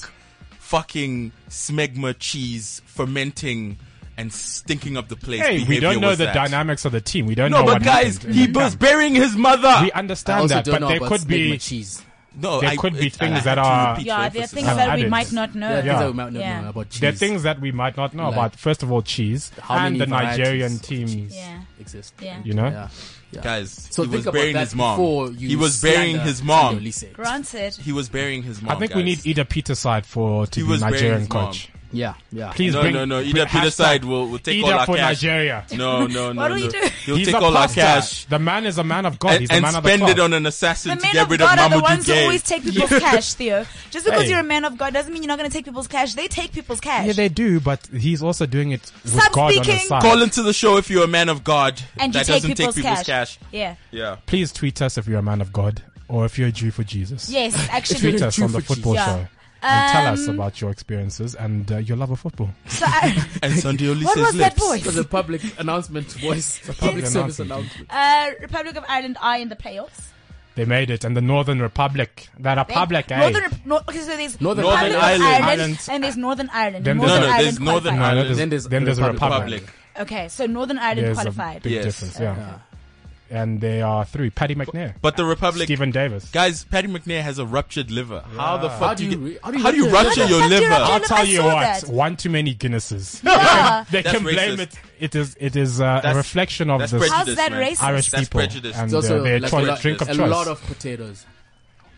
S6: fucking smegma cheese fermenting and stinking up the place?
S4: Hey, we
S6: behavior
S4: don't know
S6: was
S4: the
S6: that?
S4: dynamics of the team. We don't
S6: No,
S4: know
S6: but
S4: what
S6: guys,
S4: happened in
S6: he
S4: the
S6: was
S4: camp.
S6: burying his mother.
S4: We
S5: I
S4: understand
S5: also
S4: that,
S5: don't
S4: but
S5: know
S4: there
S5: about
S4: could
S5: smegma
S4: be.
S5: cheese.
S6: no,
S4: there
S6: I-
S4: could be
S6: I-
S4: things
S6: I had
S4: that
S6: to
S4: are-
S6: repeat
S3: Yeah, there
S6: for
S3: are
S6: emphasis.
S3: things
S4: Have
S3: that we
S4: added.
S3: might not know.
S5: Yeah, things
S4: Yeah.
S5: that we might not
S3: Yeah.
S5: know about cheese.
S4: There are things that we might not know
S5: Like-
S4: about. First of all, cheese
S5: How many
S4: and the
S5: varieties
S4: Nigerian
S5: of
S4: teams.
S3: Yeah.
S5: exist.
S3: Yeah.
S4: You know.
S5: Yeah. Yeah.
S6: Guys,
S5: So
S6: he
S5: think
S6: was
S5: about
S6: burying
S5: that
S6: his mom.
S5: before you
S6: He was burying
S5: slander
S6: his mom.
S5: Sunday Olise.
S3: Granted.
S6: He was burying his mom.
S4: I think we
S6: guys.
S4: need Ida Peter side for to
S6: He
S4: be
S6: was burying
S4: Nigerian
S6: his mom.
S4: coach.
S5: Yeah, yeah.
S4: Please
S6: No,
S4: bring
S6: no, no.
S4: bring
S6: Ida Peter
S4: hashtag
S6: side will, will take
S4: Ida
S6: all our
S4: for
S6: cash.
S4: Nigeria.
S6: No, no, no.
S3: What
S6: no.
S3: will he do?
S6: He'll
S4: He's
S6: take
S4: a
S6: all our
S4: pastor.
S6: cash
S4: The man is a man of God.
S6: and,
S4: He's a
S6: and
S4: man of the
S6: spend
S4: cloth.
S6: it on an assassin
S3: The
S6: to
S3: men
S6: get
S3: of
S6: rid of
S3: God are the
S6: Mamadou
S3: ones who
S6: Gay.
S3: always take people's cash, Theo. Just because
S4: Hey.
S3: you're a man of God doesn't mean you're not going to take people's cash. They take people's cash.
S4: Yeah, they do, but he's also doing it with
S3: Stop
S4: God on his
S3: speaking.
S4: side.
S6: Call into the show if you're a man of God
S3: and you
S6: that
S3: take
S6: doesn't
S3: people's,
S6: take people's cash.
S3: Yeah.
S6: Yeah.
S4: Please tweet us if you're a man of God or if you're a Jew for Jesus.
S3: Yes, actually.
S4: Tweet us
S5: Jew
S4: on the
S5: for
S4: football
S3: Jesus.
S4: show
S3: Yeah.
S4: and tell us
S3: Um,
S4: about your experiences and uh, your love of football.
S3: So I,
S6: And Sunday
S3: what
S6: Olise's
S3: was that
S6: lips.
S5: It was
S3: voice?
S5: a public announcement voice. A public service announcement.
S4: announcement.
S3: Uh, Republic of Ireland are in the playoffs.
S4: They made it, and the Northern Republic, that
S3: They-
S4: Republic, eh?
S3: Northern, Rep- Nor- okay, so there's
S5: Northern
S3: Northern,
S6: Ireland.
S3: Ireland,
S4: Ireland.
S3: and there's Northern Ireland.
S4: Then
S3: Northern
S4: there's- No, no,
S3: Ireland
S6: there's Northern
S3: qualified.
S6: Ireland.
S4: there's,
S5: Then there's
S4: then there's a
S5: the
S4: Republic.
S6: Republic.
S3: Okay, so Northern Ireland
S4: There's a
S3: qualified.
S4: big
S6: Yes.
S4: difference, yeah. And they are three. Paddy McNair,
S6: But the Republic.
S4: Stephen Davis.
S6: Guys, Paddy McNair has a ruptured liver. How the fuck
S5: How do
S6: do you,
S5: you
S6: get-
S5: re- how do you
S6: how do you
S5: rupture
S6: rupture
S5: your
S6: your
S3: liver?
S6: liver?
S3: How
S4: I'll
S3: Look,
S4: tell
S3: I
S4: you
S3: saw
S4: what,
S3: that.
S4: one too many Guinnesses.
S3: Yeah.
S4: They
S6: That's
S4: can blame
S6: racist.
S4: it. It is, it is uh, a
S6: That's-
S4: reflection of
S6: That's
S4: this
S3: How's
S6: prejudice.
S3: that
S6: man.
S3: racist?
S4: Irish
S6: That's
S4: people
S6: prejudice.
S4: and
S5: It's also
S4: uh, their
S5: like
S4: choi-
S5: a lot,
S4: drink of
S5: a
S4: choice.
S5: lot of potatoes.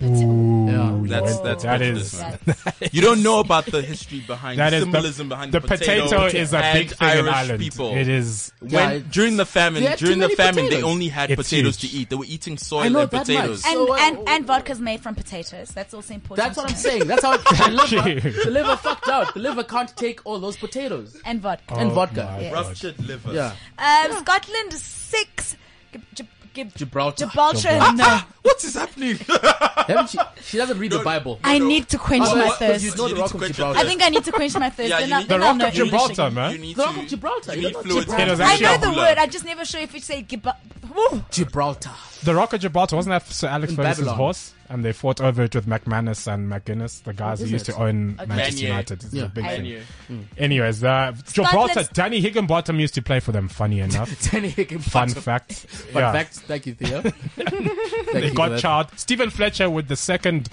S4: Ooh.
S5: Yeah.
S4: you went
S6: That's-
S4: with.
S6: that's
S4: That
S6: prejudice,
S4: is-
S6: man.
S3: That's-
S6: You don't know about the history behind
S4: that
S6: the
S4: is
S6: symbolism
S4: the,
S6: behind
S4: the
S6: the potato,
S4: potato, is a
S6: and
S4: big thing
S6: Irish
S4: in Ireland.
S6: people.
S4: It is.
S5: Yeah,
S6: When,
S5: it's-
S6: during the famine,
S5: They had too
S6: during the
S5: many
S6: famine, they
S5: potatoes.
S6: only had
S4: It's
S6: potatoes
S4: huge.
S6: to eat. They were eating
S5: I
S6: soil
S5: know that
S6: and
S5: much.
S6: potatoes.
S5: So,
S3: And,
S5: uh,
S3: and, and vodka's made from potatoes. That's also important.
S5: That's what
S3: to
S5: I'm
S3: know.
S5: saying. That's how the liver,
S4: you.
S5: the liver fucked out. The liver can't take all those potatoes.
S3: And vodka.
S5: And
S4: Oh
S5: vodka.
S4: my
S3: Yeah.
S4: God.
S6: Ruptured liver.
S5: Yeah.
S6: Oh.
S3: Um, Scotland six. Gib- Gib- Gib-
S5: Gibraltar.
S3: Gibraltar. No,
S6: What is happening?
S5: Haven't she, she doesn't read the Bible.
S3: I need to quench
S5: Oh,
S3: my
S5: what-
S3: thirst.
S5: you know the
S6: You need
S5: rock
S6: to
S5: of
S6: quench
S5: Gibraltar.
S3: I think I need to quench my thirst.
S6: Yeah,
S3: then
S6: you
S3: I-
S6: need-
S4: The
S3: then I'll
S4: Rock
S3: know
S4: of Gibraltar,
S3: English
S4: man.
S6: You need
S5: The Rock of
S6: to-
S5: Gibraltar.
S6: You
S5: You
S6: need
S5: don't know
S6: fluids.
S4: It was
S3: again. I
S4: actually
S3: know
S4: a
S3: the
S6: hula.
S3: word. I'm just never sure if you say Gib- Woo.
S5: Gibraltar.
S4: The Rock of Gibraltar wasn't that Sir Alex
S5: In
S4: Ferguson's
S5: Babylon.
S4: horse, and they fought over it with McManus and McGuinness, the guys who
S5: is
S4: used
S5: it?
S4: to own Manchester
S6: Manier.
S4: United. It's
S5: Yeah. Hmm.
S4: a big
S3: Manier.
S4: thing. Anyways, uh, Gibraltar,
S3: Scotland's-
S4: Danny Higginbottom used to play for them. Funny enough,
S5: Danny Hickenbottom.
S4: fun fact.
S5: Fun fact. Thank you, Theo. Thank
S4: They
S5: you
S4: got
S5: for that.
S4: child. Stephen Fletcher with the second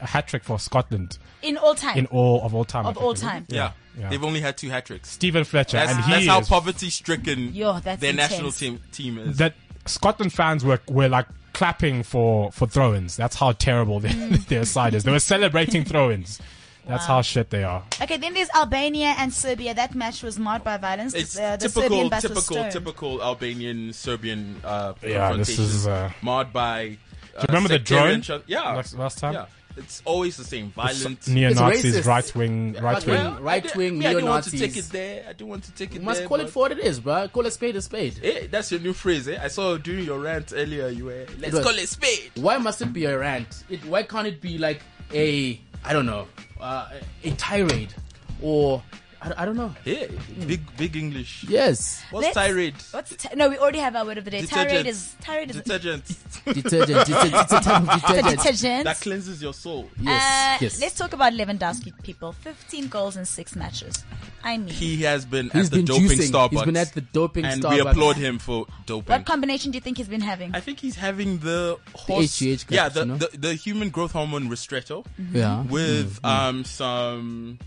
S4: hat trick for Scotland
S3: In all time.
S4: in all of all time. I
S3: of
S4: think,
S3: all
S4: isn't it?
S3: time.
S6: Yeah.
S4: Yeah.
S6: They've only had two hat tricks.
S4: Stephen Fletcher,
S6: That's,
S4: and
S6: that's
S4: he
S6: how
S4: is-
S6: poverty stricken
S3: Yo, that's
S6: their
S3: intense.
S6: national team team is.
S4: that Scotland fans were were like clapping for for throw-ins. That's how terrible their,
S5: Mm.
S4: their side is. They were celebrating throw-ins. That's how shit they are.
S3: Okay, then there's Albania and Serbia. That match was marred by violence.
S6: it's
S3: Uh, the Serbian
S6: typical,
S3: bus was
S6: typical,
S3: stoned.
S6: typical Albanian Serbian uh,
S4: Yeah, this
S6: confrontations
S4: is, uh,
S6: marred by. Uh,
S4: remember the
S6: sectarian
S4: drone
S6: tran- yeah,
S4: last- last time?
S6: Yeah, it's always the same violent.
S4: Neo Nazis,
S5: racist.
S4: right wing, right
S5: Well,
S4: wing.
S5: yeah. right-wing
S6: I, do- yeah, I do want to
S5: neo-Nazis.
S6: take it there. I do want to take it.
S5: You must
S6: there,
S5: call it
S6: but-
S5: for what it is, bro. Call a spade a spade.
S6: Eh, that's your new phrase. Eh? I saw during your rant earlier. You were let's
S5: Look.
S6: call it spade.
S5: Why must it be a rant? It, why can't it be like a, I don't know, uh, a tirade? Or, I, I don't know.
S6: Yeah, big big English.
S5: Yes.
S6: What's
S3: Let's-
S6: tirade?
S3: What's t- no? We already have our word of the day.
S6: Detergent.
S3: Tirade is tirade is
S6: Detergent
S5: Detergent. Detergent. It's a type of
S3: a
S5: detergent.
S3: detergent.
S6: that cleanses your soul.
S3: Uh,
S5: Yes. Yes.
S3: Let's talk about Lewandowski, people. 15 goals in six matches. I mean,
S6: He has been
S5: He's
S6: at the
S5: been
S6: doping
S5: juicing.
S6: Starbucks.
S5: He's been at the doping
S6: and
S5: Starbucks.
S6: we applaud him for doping.
S3: what combination do you think he's been having?
S6: I think he's having the horse.
S5: HGH
S6: yeah,
S5: cups,
S6: the,
S5: you know?
S6: the the human growth hormone ristretto
S5: Yeah. Mm-hmm.
S6: with um some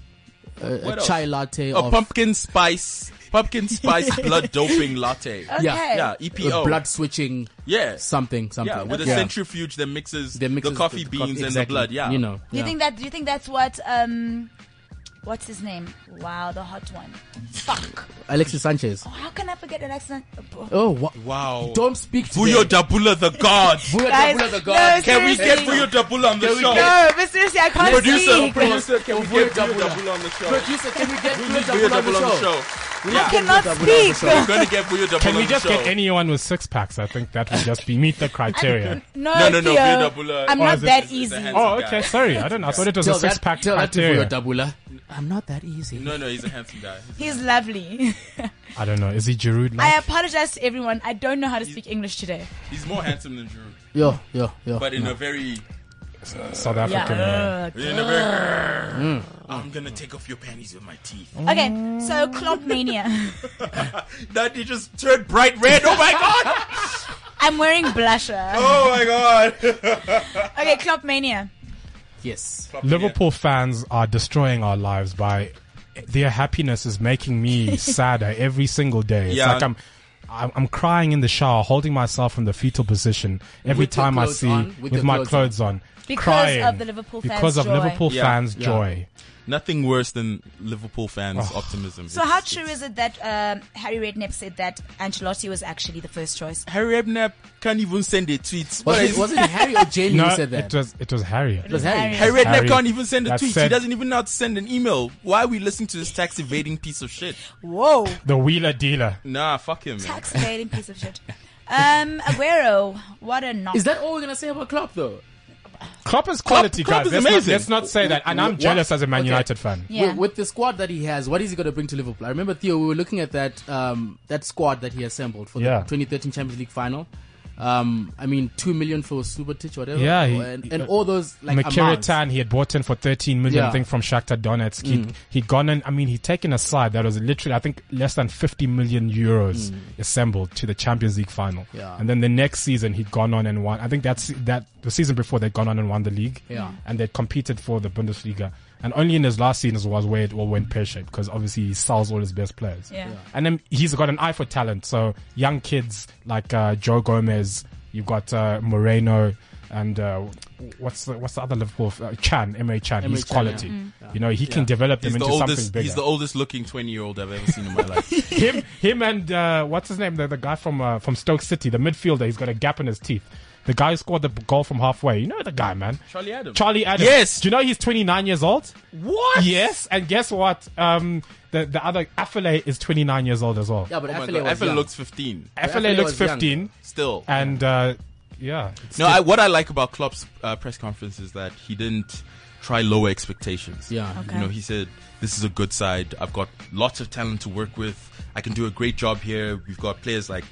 S5: a,
S6: what
S5: a
S6: else?
S5: chai latte
S6: a
S5: of
S6: pumpkin spice pumpkin spice blood doping latte.
S3: okay.
S5: yeah,
S6: Yeah,
S5: a
S6: EPO.
S5: blood switching
S6: yeah.
S5: something something.
S6: yeah, with a centrifuge that mixes,
S5: That mixes
S6: the coffee
S5: coffee-
S6: beans and the
S5: exactly,
S6: blood. Yeah,
S5: You know.
S3: You
S5: yeah.
S3: think that? Do you think that's what? Um, what's his name? Wow, the hot one. Fuck.
S5: Alexis Sanchez.
S3: Oh, how can I forget Alexa?
S5: Oh, wha-
S6: Wow.
S5: Don't speak to
S6: Vuyo Dabula the god.
S5: Buya
S3: Guys,
S5: Dabula the
S3: no,
S5: God.
S6: Can we get
S3: Seriously.
S6: Vuyo Dabula on the
S5: Can we
S6: show?
S5: get-
S3: No, but seriously, I can't
S6: Producer,
S3: speak.
S6: producer, can we get
S5: Vuyo
S6: Vuyo
S5: Dabula.
S6: Dabula on the show?
S5: Producer, can we get
S6: We
S5: Buya
S6: need Vuyo
S5: Dabula on
S6: Dabula on the show.
S3: I cannot
S5: Double
S3: speak.
S5: double
S6: We're gonna get Vuyo Dabula
S4: Can we
S6: on
S4: just
S6: the show.
S4: get anyone with six packs? I think that would just be meet the criteria.
S3: No,
S6: No, no, no,
S3: Theo,
S6: Buya Dabula.
S3: I'm
S6: Oh,
S3: not
S4: is it-
S3: that
S6: is it
S3: easy.
S6: the hands-
S4: Oh,
S6: guy.
S4: okay. Sorry, I don't. know. I thought it was a
S5: Tell
S4: six
S5: that,
S4: pack
S5: tell that to Vuyo
S4: criteria.
S5: Dabula. I'm not that easy.
S6: No, no, he's a handsome guy.
S3: He's lovely.
S4: I don't know. Is he Giroud?
S3: I
S4: Like?
S3: apologize to everyone. I don't know how to speak English today.
S6: He's more handsome than Drew,
S5: Yo, yo, yo.
S6: but in a very,
S4: South African.
S5: Uh,
S4: man.
S3: Yeah.
S6: in a very. I'm gonna take off your panties with my teeth.
S3: Okay, so Klopp mania.
S6: That he just turned bright red. Oh my god!
S3: I'm wearing blusher.
S6: Oh my god!
S3: Okay, Klopp mania.
S5: yes.
S4: Liverpool fans are destroying our lives by their happiness is making me sadder every single day. It's
S6: Yeah.
S4: like I'm, I'm I'm crying in the shower, holding myself in the fetal position every
S5: With your
S4: time I
S5: clothes
S4: see
S5: on, with
S4: with,
S5: your
S4: my
S5: clothes
S4: clothes, on.
S3: Because
S4: crying
S3: of the Liverpool fans'
S4: because of
S3: joy.
S4: Liverpool
S6: Yeah.
S4: fans'
S5: Yeah.
S4: joy.
S6: Nothing worse than Liverpool fans' optimism.
S3: So how true is it that um, Harry Redknapp said that Ancelotti was actually the first choice?
S6: Harry Ebner can't even send a tweet.
S5: Was
S6: But
S5: it, was it Harry or Jamie
S4: No,
S5: who said that?
S4: it was it was Harriet.
S5: was Harry.
S6: Harry Redknapp
S4: Harry-
S6: can't even send a
S4: that
S6: tweet. he
S4: said-
S6: doesn't even know how to send an email. Why are we listening to this tax evading piece of shit?
S3: Whoa,
S4: the wheeler dealer.
S6: Nah, fuck him, man.
S3: tax evading piece of shit. Um, Aguero, what a knock.
S5: Is that all we're gonna say about Klopp though?
S4: Klopp is quality,
S6: Klopp
S4: guys.
S6: is
S4: let's, not,
S6: amazing.
S4: let's not say that. And I'm
S5: What-
S4: jealous as a Man
S5: okay.
S4: United fan.
S3: yeah.
S5: With, with the squad that he has, what is he going to bring to Liverpool? I remember Theo, we were looking at that um, that squad that he assembled for
S4: Yeah.
S5: the 2013 Champions League final. Um, I mean, two million for Subotic, whatever.
S4: Yeah, he-
S5: and, and all those like amounts.
S4: Mkhitaryan he had bought in for 13 million
S5: Yeah. Mm.
S4: thing from Shakhtar Donetsk. He'd, he'd gone in, I mean, he'd taken a side that was literally, I think, less than 50 million euros assembled to the Champions League final.
S5: Mm. Yeah.
S4: And then the next season, he'd gone on and won. I think that's that the season before they'd gone on and won the league.
S5: Yeah.
S4: And they'd competed for the Bundesliga. And only in his last season was where it all went pear shaped because obviously he sells all his best players.
S3: Yeah. Yeah.
S4: And then he's got an eye for talent. So young kids like uh, Joe Gomez, you've got uh, Moreno and uh, what's the, what's the other Liverpool f- uh, Chan M A Chan.
S5: M.A.
S4: He's
S5: Chan,
S4: quality. Mm. You know he can develop them
S6: He's the
S4: into something
S6: oldest.
S4: bigger.
S6: He's the oldest looking twenty year old I've ever seen in my life.
S4: him, him, and uh, what's his name? The, the guy from uh, from Stoke City, the midfielder. He's got a gap in his teeth. The guy who scored the b- goal from halfway. You know the guy, man.
S6: Charlie Oh Adam.
S4: Charlie Adams.
S6: Yes.
S4: Do you know he's 29 years old?
S6: What?
S4: Yes. And guess what? Um, the the other Affle is 29 years old as well.
S5: Yeah, but
S6: Oh my
S5: Affle
S6: God.
S5: was
S6: Effel
S5: young.
S6: looks fifteen.
S4: Affle
S5: Affle
S4: looks
S5: was young.
S4: 15,
S6: Still.
S4: and uh, yeah, it's
S6: No, I, what I like about Klopp's uh, press conference is that he didn't try lower expectations.
S5: Yeah.
S3: Okay.
S6: You know, he said, "This is a good side. I've got lots of talent to work with. I can do a great job here. We've got players like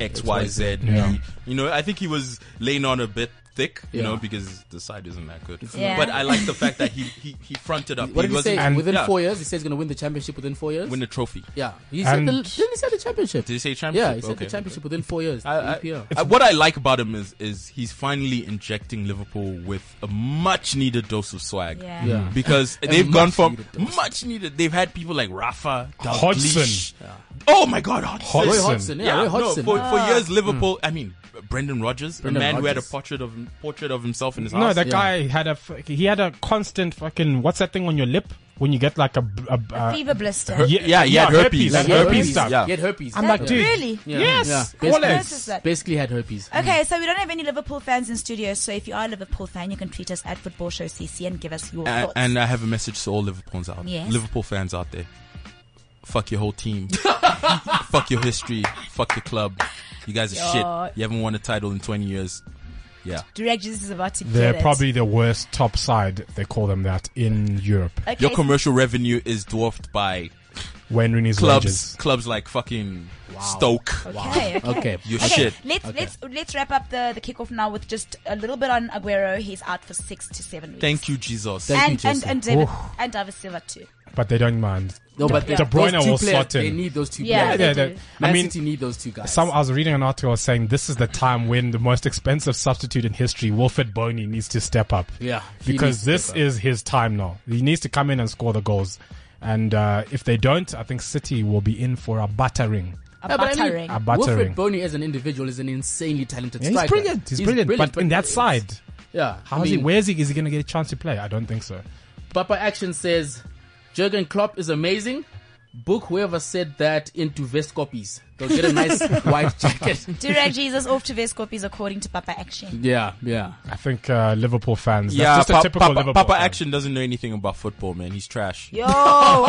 S6: X, Y, Z.
S4: Yeah.
S6: He- You know, I think he was laying on a bit thick. You
S5: Yeah.
S6: know, because the side isn't that good.
S3: Yeah.
S6: But I like the fact that he he, he fronted up.
S5: What did he say?
S6: wasn't-
S4: And-
S5: within
S6: yeah,
S5: four years, he says he's going to win the championship within four years.
S6: Win the trophy.
S5: yeah, he said
S4: And-
S5: the, didn't he say the championship?
S6: Did he say championship?
S5: yeah, he said the championship within four years. E
S6: I- I-
S5: EPL.
S6: I- what I like about him is is he's finally injecting Liverpool with a much needed dose of swag.
S3: Yeah.
S5: Yeah.
S6: Because they've
S5: much
S6: gone from
S5: needed dose.
S6: much needed. They've had people like Rafa, Dalglish.
S4: Hodgson.
S6: Oh my God, Hodgson.
S4: Hodgson.
S5: Roy Hodgson, yeah, Roy
S6: no,
S5: Hodgson. Ah.
S6: for, for years, Liverpool. I mean, Brendan Rodgers,
S5: Brendan
S6: a man who had a
S5: Rodgers.
S6: portrait of portrait of himself in his
S4: No,
S6: house.
S4: that
S5: Yeah.
S4: guy had a f- he had a constant fucking what's that thing on your lip when you get like a, b- uh, a- a-
S3: Fever blister.
S6: yeah, he had herpes.
S4: that
S6: He had
S4: herpes,
S6: herpes,
S4: stuff.
S6: yeah.
S5: He had herpes.
S4: I'm like,
S5: Yeah.
S4: dude,
S3: Really?
S5: Yeah.
S4: yes,
S5: Yeah.
S4: Olex.
S3: Notice that.
S5: Basically had herpes.
S3: Okay, so we don't have any Liverpool fans in studio, so if you are a Liverpool fan, you can tweet us at Football Show CC and give us your
S6: And,
S3: thoughts.
S6: Uh, and I have a message to all Liverpool's out,
S3: Yes.
S6: Liverpool fans out there. Fuck your whole team. fuck your history. Fuck your club. You guys are
S3: Yo.
S6: shit. You haven't won a title in 20 years. Yeah.
S3: Direct Jesus is about to
S4: They're
S3: get it.
S4: probably the worst top side. They call them that in Europe.
S3: Okay,
S6: Your commercial revenue is dwarfed by
S4: Wayne Rooney's
S6: clubs,
S4: wages.
S6: clubs like fucking Stoke.
S3: Okay, okay.
S5: Okay.
S6: You
S3: Okay,
S6: shit.
S3: let's let's let's wrap up the the kickoff now with just a little bit on Aguero. He's out for six to seven weeks.
S6: Thank you, Jesus.
S5: Thank
S3: and,
S5: you,
S3: and
S5: Jesse.
S3: and David
S4: Oof.
S3: and David Silva too.
S4: but they don't mind.
S5: No, but
S4: De
S5: they-
S4: Bruyne
S5: those two
S4: will
S5: players,
S4: slot in.
S5: They need those two
S3: Yeah,
S4: Yeah,
S5: players.
S4: they
S3: they
S4: do.
S3: do.
S4: I
S5: Man
S4: mean,
S5: City need those two guys.
S4: some. I was reading an article saying this is the time when the most expensive substitute in history, Wilfred Boney, needs to step up.
S5: Yeah, he needs
S4: because
S5: to
S4: this
S5: step up.
S4: is his time now. He needs to come in and score the goals. And uh, if they don't, I think City will be in for a battering.
S3: A
S5: Yeah, but I mean,
S3: battering.
S4: A battering.
S5: Wilfred Boney as an individual is an insanely talented
S4: Yeah,
S5: striker.
S4: he's brilliant. He's, brilliant. But, in that side,
S5: yeah,
S4: how is he? Where is he? Is he going to get a chance to play? I don't think so.
S5: Papa Action says, Jurgen Klopp is amazing. Book whoever said that into vest copies. They'll get a nice white jacket.
S3: Direct Jesus off to Vescopies according to Papa Action.
S5: Yeah, yeah.
S4: I think uh, Liverpool fans. That's
S6: yeah,
S4: just a
S6: Pa-
S4: typical
S6: Papa,
S4: Liverpool
S6: Papa
S4: fan.
S6: Action doesn't know anything about football, man. He's trash.
S3: Yo,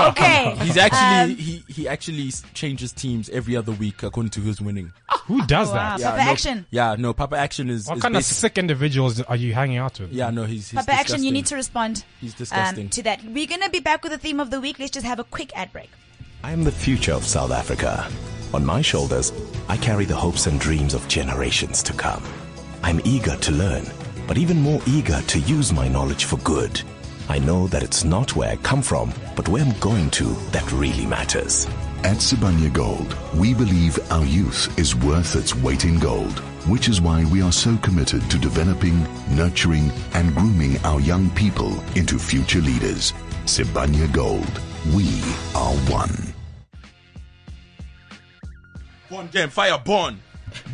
S3: okay.
S6: He's
S3: Um,
S6: actually he, he actually s- changes teams every other week according to who's winning.
S4: Who does
S3: Wow,
S4: that?
S3: Papa
S6: no,
S3: Action.
S6: Yeah, no, Papa Action is.
S4: What
S6: is
S4: kind of
S6: basic-
S4: sick individuals are you hanging out with?
S6: Yeah, no, he's. he's
S3: Papa Action, you need to respond
S6: He's disgusting.
S3: um, to that. We're gonna be back with the theme of the week. Let's just have a quick ad break.
S2: I am the future of South Africa. On my shoulders, I carry the hopes and dreams of generations to come. I'm eager to learn, but even more eager to use my knowledge for good. I know that it's not where I come from, but where I'm going to that really matters.
S7: At Sibanye Gold, we believe our youth is worth its weight in gold, which is why we are so committed to developing, nurturing, and grooming our young people into future leaders. Sibanye Gold, we are one.
S6: Born them, fire born.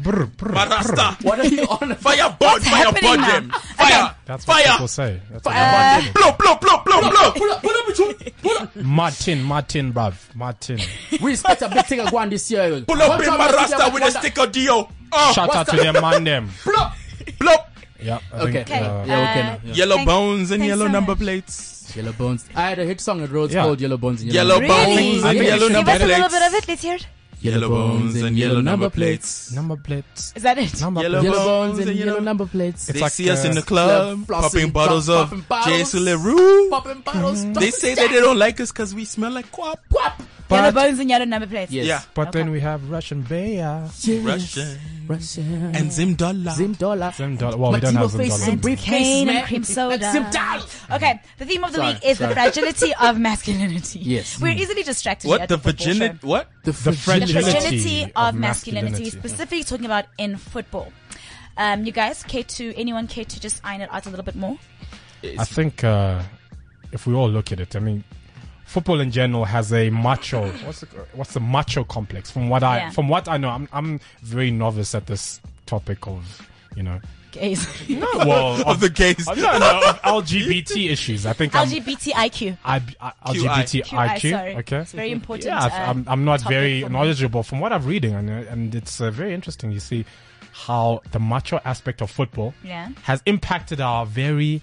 S4: Brr, brr, brr.
S6: Barasta.
S5: What are you on about?
S6: Fire born, fire
S3: happening
S6: born
S3: now?
S6: them. Fire.
S4: That's what
S6: fire.
S4: people say. That's
S6: Blow, blow, blow, blow, blow.
S5: Pull up, pull up, pull up, pull up.
S4: Martin, Martin, bruv. Martin.
S5: We expect a big thing of one this year.
S6: Pull up in
S5: One time I see
S6: Barasta
S5: them,
S6: with a
S5: one-
S6: stick of Dio. Oh,
S4: Shout out to them, man, them.
S5: Pull up.
S6: blow.
S4: Yeah, I
S5: Okay.
S4: think. Uh,
S5: yeah, okay.
S3: Uh,
S5: now, yeah.
S6: Yellow
S3: Thank-
S6: bones and
S3: thanks
S6: yellow
S3: so
S6: number
S3: much.
S6: plates.
S5: Yellow Bones. I had a hit song at Rhodes
S4: Yeah.
S5: called Yellow Bones and
S6: Yellow
S5: Yellow,
S3: Really?
S6: bones and
S4: Give
S6: yellow
S4: us
S3: Give
S6: number
S3: us a little
S6: plates.
S3: bit of it. Let's hear it.
S6: Yellow bones and yellow number plates.
S4: Number plates.
S3: Is that it?
S4: Number
S6: Yellow
S4: plates.
S5: Yellow Bones and Yellow Number Plates.
S6: They
S4: like,
S6: see us
S4: uh,
S6: in the club,
S5: flossing,
S6: popping bottles
S5: pop-
S6: of
S5: popping bottles.
S6: Jason LaRue.
S5: Popping bottles.
S6: They say that they don't like us because we smell like quap.
S5: Whap.
S3: Yellow
S4: But,
S3: bones and yellow number plates.
S5: Yes.
S6: Yeah.
S4: but then we have Russian Bear.
S6: Russian
S5: Russian.
S6: and Zim Dollar.
S5: Zim Dollar.
S4: Zim dollar. Well, we don't have Zim
S5: face
S4: dollar.
S5: and
S4: anymore.
S5: briefcase,
S3: Cane and
S5: man.
S3: cream soda.
S5: Like Zim Dollar.
S3: Okay, the theme of the
S5: Sorry,
S3: week is
S5: sorry.
S3: the fragility of masculinity.
S5: Yes.
S3: We're easily distracted.
S6: What
S3: here at
S6: the
S3: football
S6: virginity?
S3: show.
S6: What?
S5: The
S3: The
S4: fragility.
S3: fragility
S4: of
S3: of masculinity.
S4: masculinity.
S3: We're specifically talking about in football. Um, you guys, care to anyone care to just iron it out a little bit more?
S4: I think uh, if we all look at it, I mean, football in general has a macho. What's the, what's the macho complex? From what I
S3: Yeah.
S4: from what I know, I'm I'm very novice at this topic of you know.
S8: Gays.
S4: Well,
S6: of the gays.
S4: no, no, of LGBT issues. I think I'm-
S8: LGBTIQ.
S4: I, I, LGBTIQ.
S8: QI, sorry.
S4: Okay.
S8: It's very important,
S4: Yeah, I-
S8: uh,
S4: I'm, I'm not
S8: topic
S4: very
S8: for me.
S4: knowledgeable from what I'm reading, and, uh, and it's uh, very interesting. You see how the macho aspect of football
S3: Yeah.
S4: has impacted our very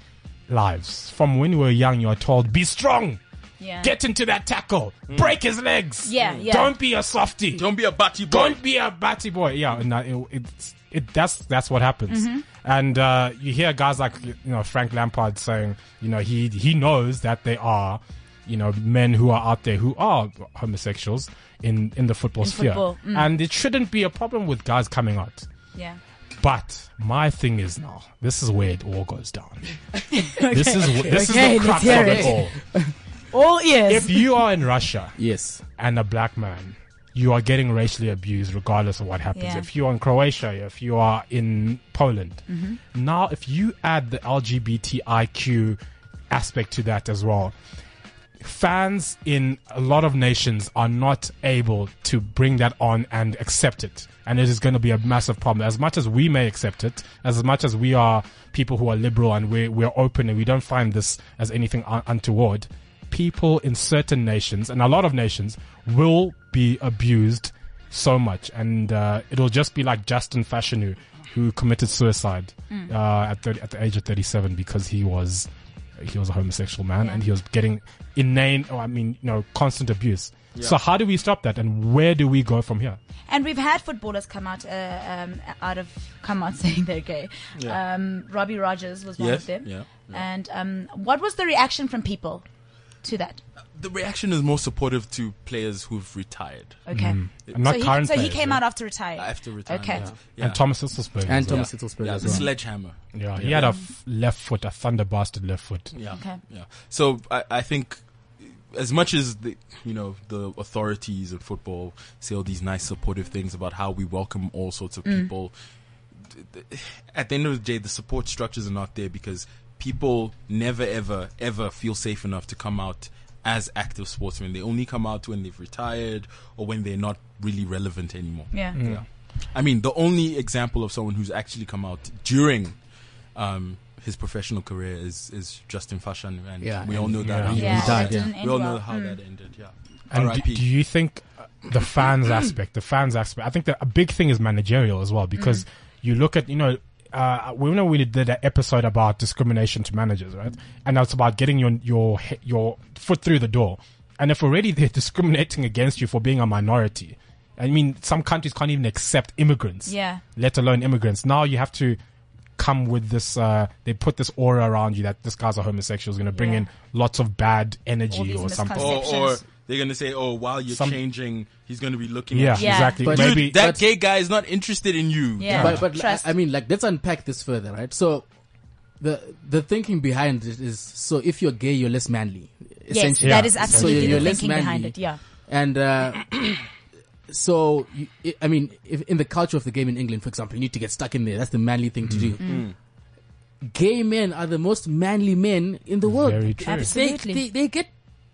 S4: lives. From when we were young, you are told, be strong.
S8: Yeah.
S4: Get into that tackle. Break his legs.
S8: Yeah, yeah.
S4: Don't be a softy.
S6: Don't be a batty boy.
S4: Don't be a batty boy. Yeah, no, it, it's it. That's that's what happens.
S8: Mm-hmm.
S4: And uh, you hear guys like you know Frank Lampard saying, you know, he he knows that they are, you know, men who are out there who are homosexuals in in the football sphere,
S8: football, mm.
S4: and it shouldn't be a problem with guys coming out.
S8: Yeah.
S4: But my thing is now, this is where it all goes down. This is wh- this
S8: Okay, let's
S4: is the crux of
S8: hear
S4: it
S8: it.
S4: all.
S8: All ears.
S4: If you are in Russia
S5: Yes.
S4: and a black man, you are getting racially abused regardless of what happens.
S8: Yeah.
S4: If you are in Croatia, if you are in Poland. Now, if you add the LGBTIQ aspect to that as well, fans in a lot of nations are not able to bring that on and accept it. And it is going to be a massive problem. As much as we may accept it, as much as we are people who are liberal and we're, we're open and we don't find this as anything un- untoward, people in certain nations and a lot of nations will be abused so much. And uh, it'll just be like Justin Fashanu, who committed suicide uh, at, 30, at the age of 37 because he was he was a homosexual man and he was getting inane or i mean you know constant abuse so how do we stop that and where do we go from here
S3: And we've had footballers come out, uh, um, out of come out saying they're gay. Um, Robbie Rogers was one
S6: Yes,
S3: of them.
S6: yeah,
S3: And um, what was the reaction from people to that?
S6: The reaction is more supportive to players who've retired.
S3: Okay.
S4: and not
S3: so he,
S4: current
S3: so he
S4: players,
S3: came
S4: yeah.
S3: out after retiring.
S6: After retirement.
S3: Okay.
S6: Yeah.
S4: and thomas Hitzelsberger
S5: And
S4: as well.
S5: Thomas Hiddleston
S6: Yeah,
S5: as
S6: the
S5: well.
S6: sledgehammer.
S4: yeah he had a f- left foot a thunder bastard left foot
S6: Yeah.
S3: Okay.
S6: Yeah. So I, I think as much as the you know the authorities in football say all these nice supportive things about how we welcome all sorts of people, th- th- at the end of the day, the support structures are not there because people never ever ever feel safe enough to come out as active sportsmen. They only come out when they've retired or when they're not really relevant anymore.
S3: Yeah.
S4: Mm.
S6: Yeah. I mean, the only example of someone who's actually come out during um, his professional career is, is Justin Fashan, and
S5: Yeah,
S6: we all know
S4: yeah.
S6: that.
S4: He
S3: Yeah,
S5: died,
S3: it didn't
S6: We
S3: end
S6: all
S3: well.
S6: know how
S3: Mm.
S6: that ended. Yeah.
S4: and do,
S6: R.I.P.
S4: do you think uh, the fans aspect the fans aspect i think that a big thing is managerial as well because
S3: Mm-hmm.
S4: you look at you know uh, we know we did an episode about discrimination to managers, right? And that's about getting your your he- your foot through the door. And if already they're discriminating against you for being a minority, I mean, some countries can't even accept immigrants,
S3: Yeah.
S4: Let alone immigrants. Now you have to come with this. Uh, they put this aura around you that this guy's a homosexual is going to bring
S3: Yeah.
S4: in lots of bad
S3: All
S4: energy
S3: these
S4: or something.
S3: misconceptions.
S6: Oh, Or, or
S3: Perceptions.
S6: they're going to say, oh, while you're
S4: Some-
S6: changing, he's going to be looking
S4: Yeah,
S6: at you.
S3: Yeah.
S4: exactly.
S5: But-
S6: Dude,
S4: Maybe
S6: that
S5: but-
S6: gay guy is not interested in you.
S3: Yeah.
S5: but but
S3: Trust.
S5: I, I mean, like let's unpack this further, right? So, the the thinking behind it is so if you're gay, you're less manly.
S3: Yes,
S5: essentially.
S4: Yeah.
S3: that is
S4: So
S3: absolutely
S5: you're
S3: the
S5: less
S3: thinking
S5: manly.
S3: behind it. Yeah.
S5: And uh, so, you, I- I mean, if, in the culture of the game in England, for example, you need to get stuck in there. That's the manly thing to
S6: Mm.
S5: do. Gay men are the most manly men in the world.
S4: Very true.
S5: They,
S3: Absolutely.
S5: they, they get.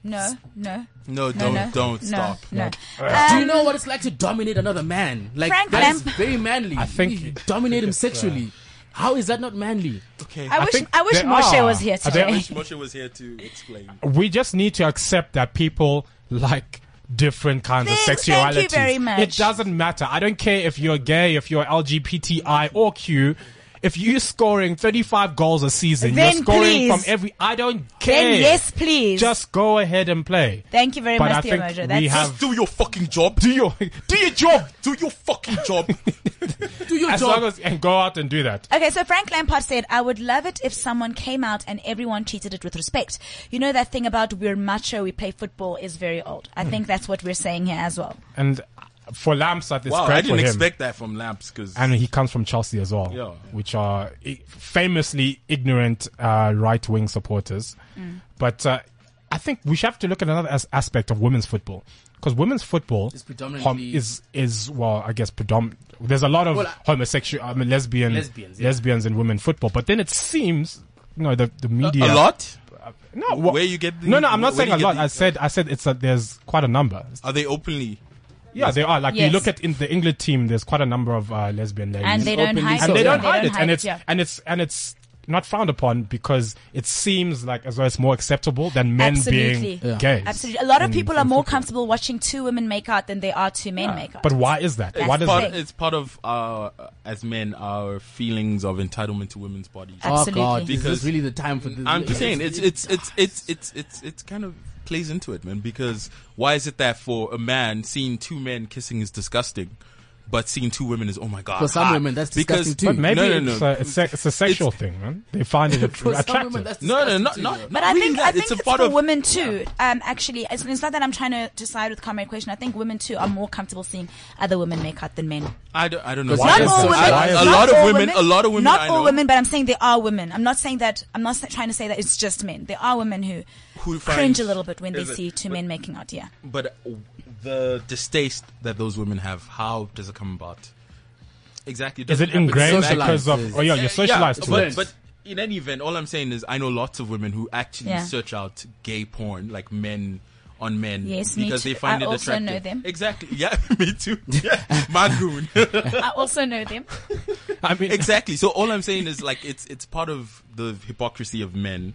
S3: No, no,
S6: No,
S3: no,
S6: don't,
S3: no.
S6: don't
S3: no,
S6: stop.
S3: No.
S5: Do you
S4: Uh,
S3: Um,
S5: know what it's like to dominate another man? Like
S3: Frank
S5: that is
S3: Lamp-
S5: very manly. I
S4: think- uh,
S5: dominate him sexually. How is that not manly?
S6: Okay.
S3: I wish
S4: think
S3: I wish
S4: there
S3: Moshe
S4: are.
S3: was here
S4: Are there-
S6: I
S3: today.
S6: wish Moshe was here to explain.
S4: we just need to accept that people like different kinds of
S3: Thank-
S4: sexualities.
S3: thank you very much.
S4: It doesn't matter. I don't care if you're gay, if you're LGBTI or Q. If you're scoring 35 goals a season,
S3: Then
S4: you're scoring
S3: please.
S4: from every. I don't care.
S3: Then yes, please.
S4: Just go ahead and play.
S3: Thank you very
S4: But I
S3: much, Theo
S4: think
S3: Mojo.
S4: we
S3: That's
S4: have-
S6: Just do your fucking job. Do your, do your job. Do your fucking job.
S5: Do your
S4: As
S5: job.
S4: long as and go out and do that.
S3: Okay, so Frank Lampard said, I would love it if someone came out and everyone treated it with respect. You know, that thing about we're macho, we play football is very old. I think that's what we're saying here as well.
S4: And for Lamps, it's
S6: wow,
S4: great
S6: I didn't
S4: for him.
S6: expect that from Lamps because
S4: and he comes from Chelsea as well,
S6: Yeah.
S4: which are i- famously ignorant uh, right wing supporters.
S3: Mm.
S4: But uh, I think we should have to look at another as- aspect of women's football because women's football is
S5: predominantly-
S4: is is well, I guess predominant. There's a lot of
S5: Well, I-
S4: homosexual, I mean, lesbian,
S5: Lesbians, yeah.
S4: lesbians in women football. But then it seems. you know the the media
S6: a lot.
S4: No, wha-
S6: Where you get the-
S4: no, no. I'm not
S6: where
S4: saying
S6: you
S4: a
S6: get
S4: lot.
S6: the-
S4: I said, I said it's a, there's quite a number.
S6: Are they openly?
S4: Yeah, they are. Like you
S3: Yes.
S4: look at in the England team, there's quite a number of uh, lesbian ladies,
S3: And they don't
S5: openly
S3: hide
S5: so.
S3: it.
S4: and they
S5: Yeah.
S4: don't hide it, and it's
S3: yeah.
S4: and it's and it's not frowned upon because it seems like as though it's more acceptable than men
S3: Absolutely.
S4: being gay.
S3: Absolutely. A lot of
S4: in-
S3: people are
S4: in
S3: more
S4: football.
S3: comfortable watching two women make out than they are two men make out.
S4: But why is that?
S3: That's
S4: Why
S3: the
S4: does
S3: thing.
S4: that?
S6: Part, it's part of our, as men, our feelings of entitlement to women's bodies.
S5: Oh God,
S3: Absolutely.
S5: because this
S6: Because-
S5: really the time for this.
S6: I'm just saying, it's it's it's it's it's it's it's kind of plays into it, man. Because why is it that for a man seeing two men kissing is disgusting, but seeing two women is oh my god.
S5: For some
S6: hot.
S5: women, that's
S6: because,
S5: disgusting too.
S4: But maybe
S6: no, no, no.
S4: It's, a, it's, a, it's a sexual thing, man. They find it
S5: For some
S4: attractive.
S5: women, that's
S6: no, no,
S5: disgusting
S6: not
S5: too,
S6: not,
S5: though.
S6: not
S3: But I
S6: really
S3: think
S6: that.
S3: I think
S6: it's
S3: it's,
S6: a part
S3: for
S6: of
S3: women too. Um, actually, it's, it's not that I'm trying to decide with Comrade Question. I think women too are more comfortable seeing other women make out than men.
S6: I don't, I don't know.
S4: Why
S3: not
S4: is
S3: all
S4: that?
S3: women.
S4: Why is
S6: I- a
S4: that?
S6: lot
S3: not
S6: of
S3: all
S6: women. A lot of women.
S3: Not
S6: I
S3: all
S6: know
S3: women, but I'm saying there are women. I'm not saying that. I'm not sa- trying to say that it's just men. There are women who,
S6: Who
S3: cringe
S6: find-
S3: a little bit when they
S6: is it-
S3: see two men making out. Yeah.
S6: But the distaste that those women have, how does it come about? Exactly.
S4: Is it
S6: doesn't happen
S4: ingrained
S5: Socialized.
S4: because of? Oh yeah, you're socialized. to
S6: but,
S4: it.
S6: but in any event, all I'm saying is I know lots of women who actually
S3: Yeah.
S6: search out gay porn, like men on men,
S3: Yes, me
S6: because
S3: too.
S6: they find
S3: I
S6: it
S3: also
S6: attractive.
S3: know them.
S6: Exactly. Yeah, me too. Yeah, my goon.
S3: I also know them.
S4: I mean,
S6: exactly. So all I'm saying is like it's it's part of the hypocrisy of men.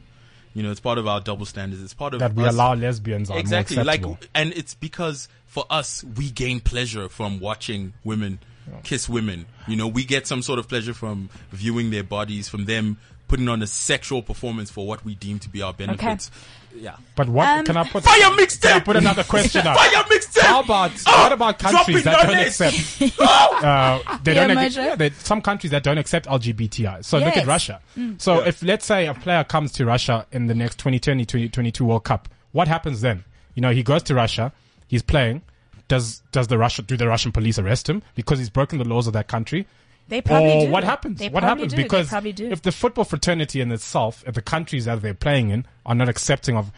S6: You know, it's part of our double standards. It's part of
S4: that we
S6: us-
S4: allow lesbians are
S6: exactly
S4: more
S6: like
S4: acceptable.
S6: and it's because for us we gain pleasure from watching women kiss women you know we get some sort of pleasure from viewing their bodies from them putting on a sexual performance for what we deem to be our benefits yeah
S4: but what
S3: Um,
S4: can I put?
S6: fire
S4: Can I
S6: mixtape
S4: put another question up?
S6: fire mixtape
S4: How about what about
S6: drop
S4: countries
S6: me
S4: that don't
S6: knowledge.
S4: accept? uh, they
S3: Yeah,
S4: don't. ac-
S3: Mojo.
S4: yeah, they, some countries that don't accept LGBTI. So look
S3: Yes. Mm.
S4: at Russia. So if let's say a player comes to Russia in the next 2020 2022 World Cup, what happens then? You know, he goes to Russia, he's playing. Does does the Russia do the Russian police arrest him because he's broken the laws of that country?
S3: They probably
S4: or
S3: do.
S4: what happens?
S3: They
S4: what
S3: probably
S4: happens?
S3: do. They
S4: Because
S3: probably do.
S4: if the football fraternity in itself, if the countries that they're playing in are not accepting of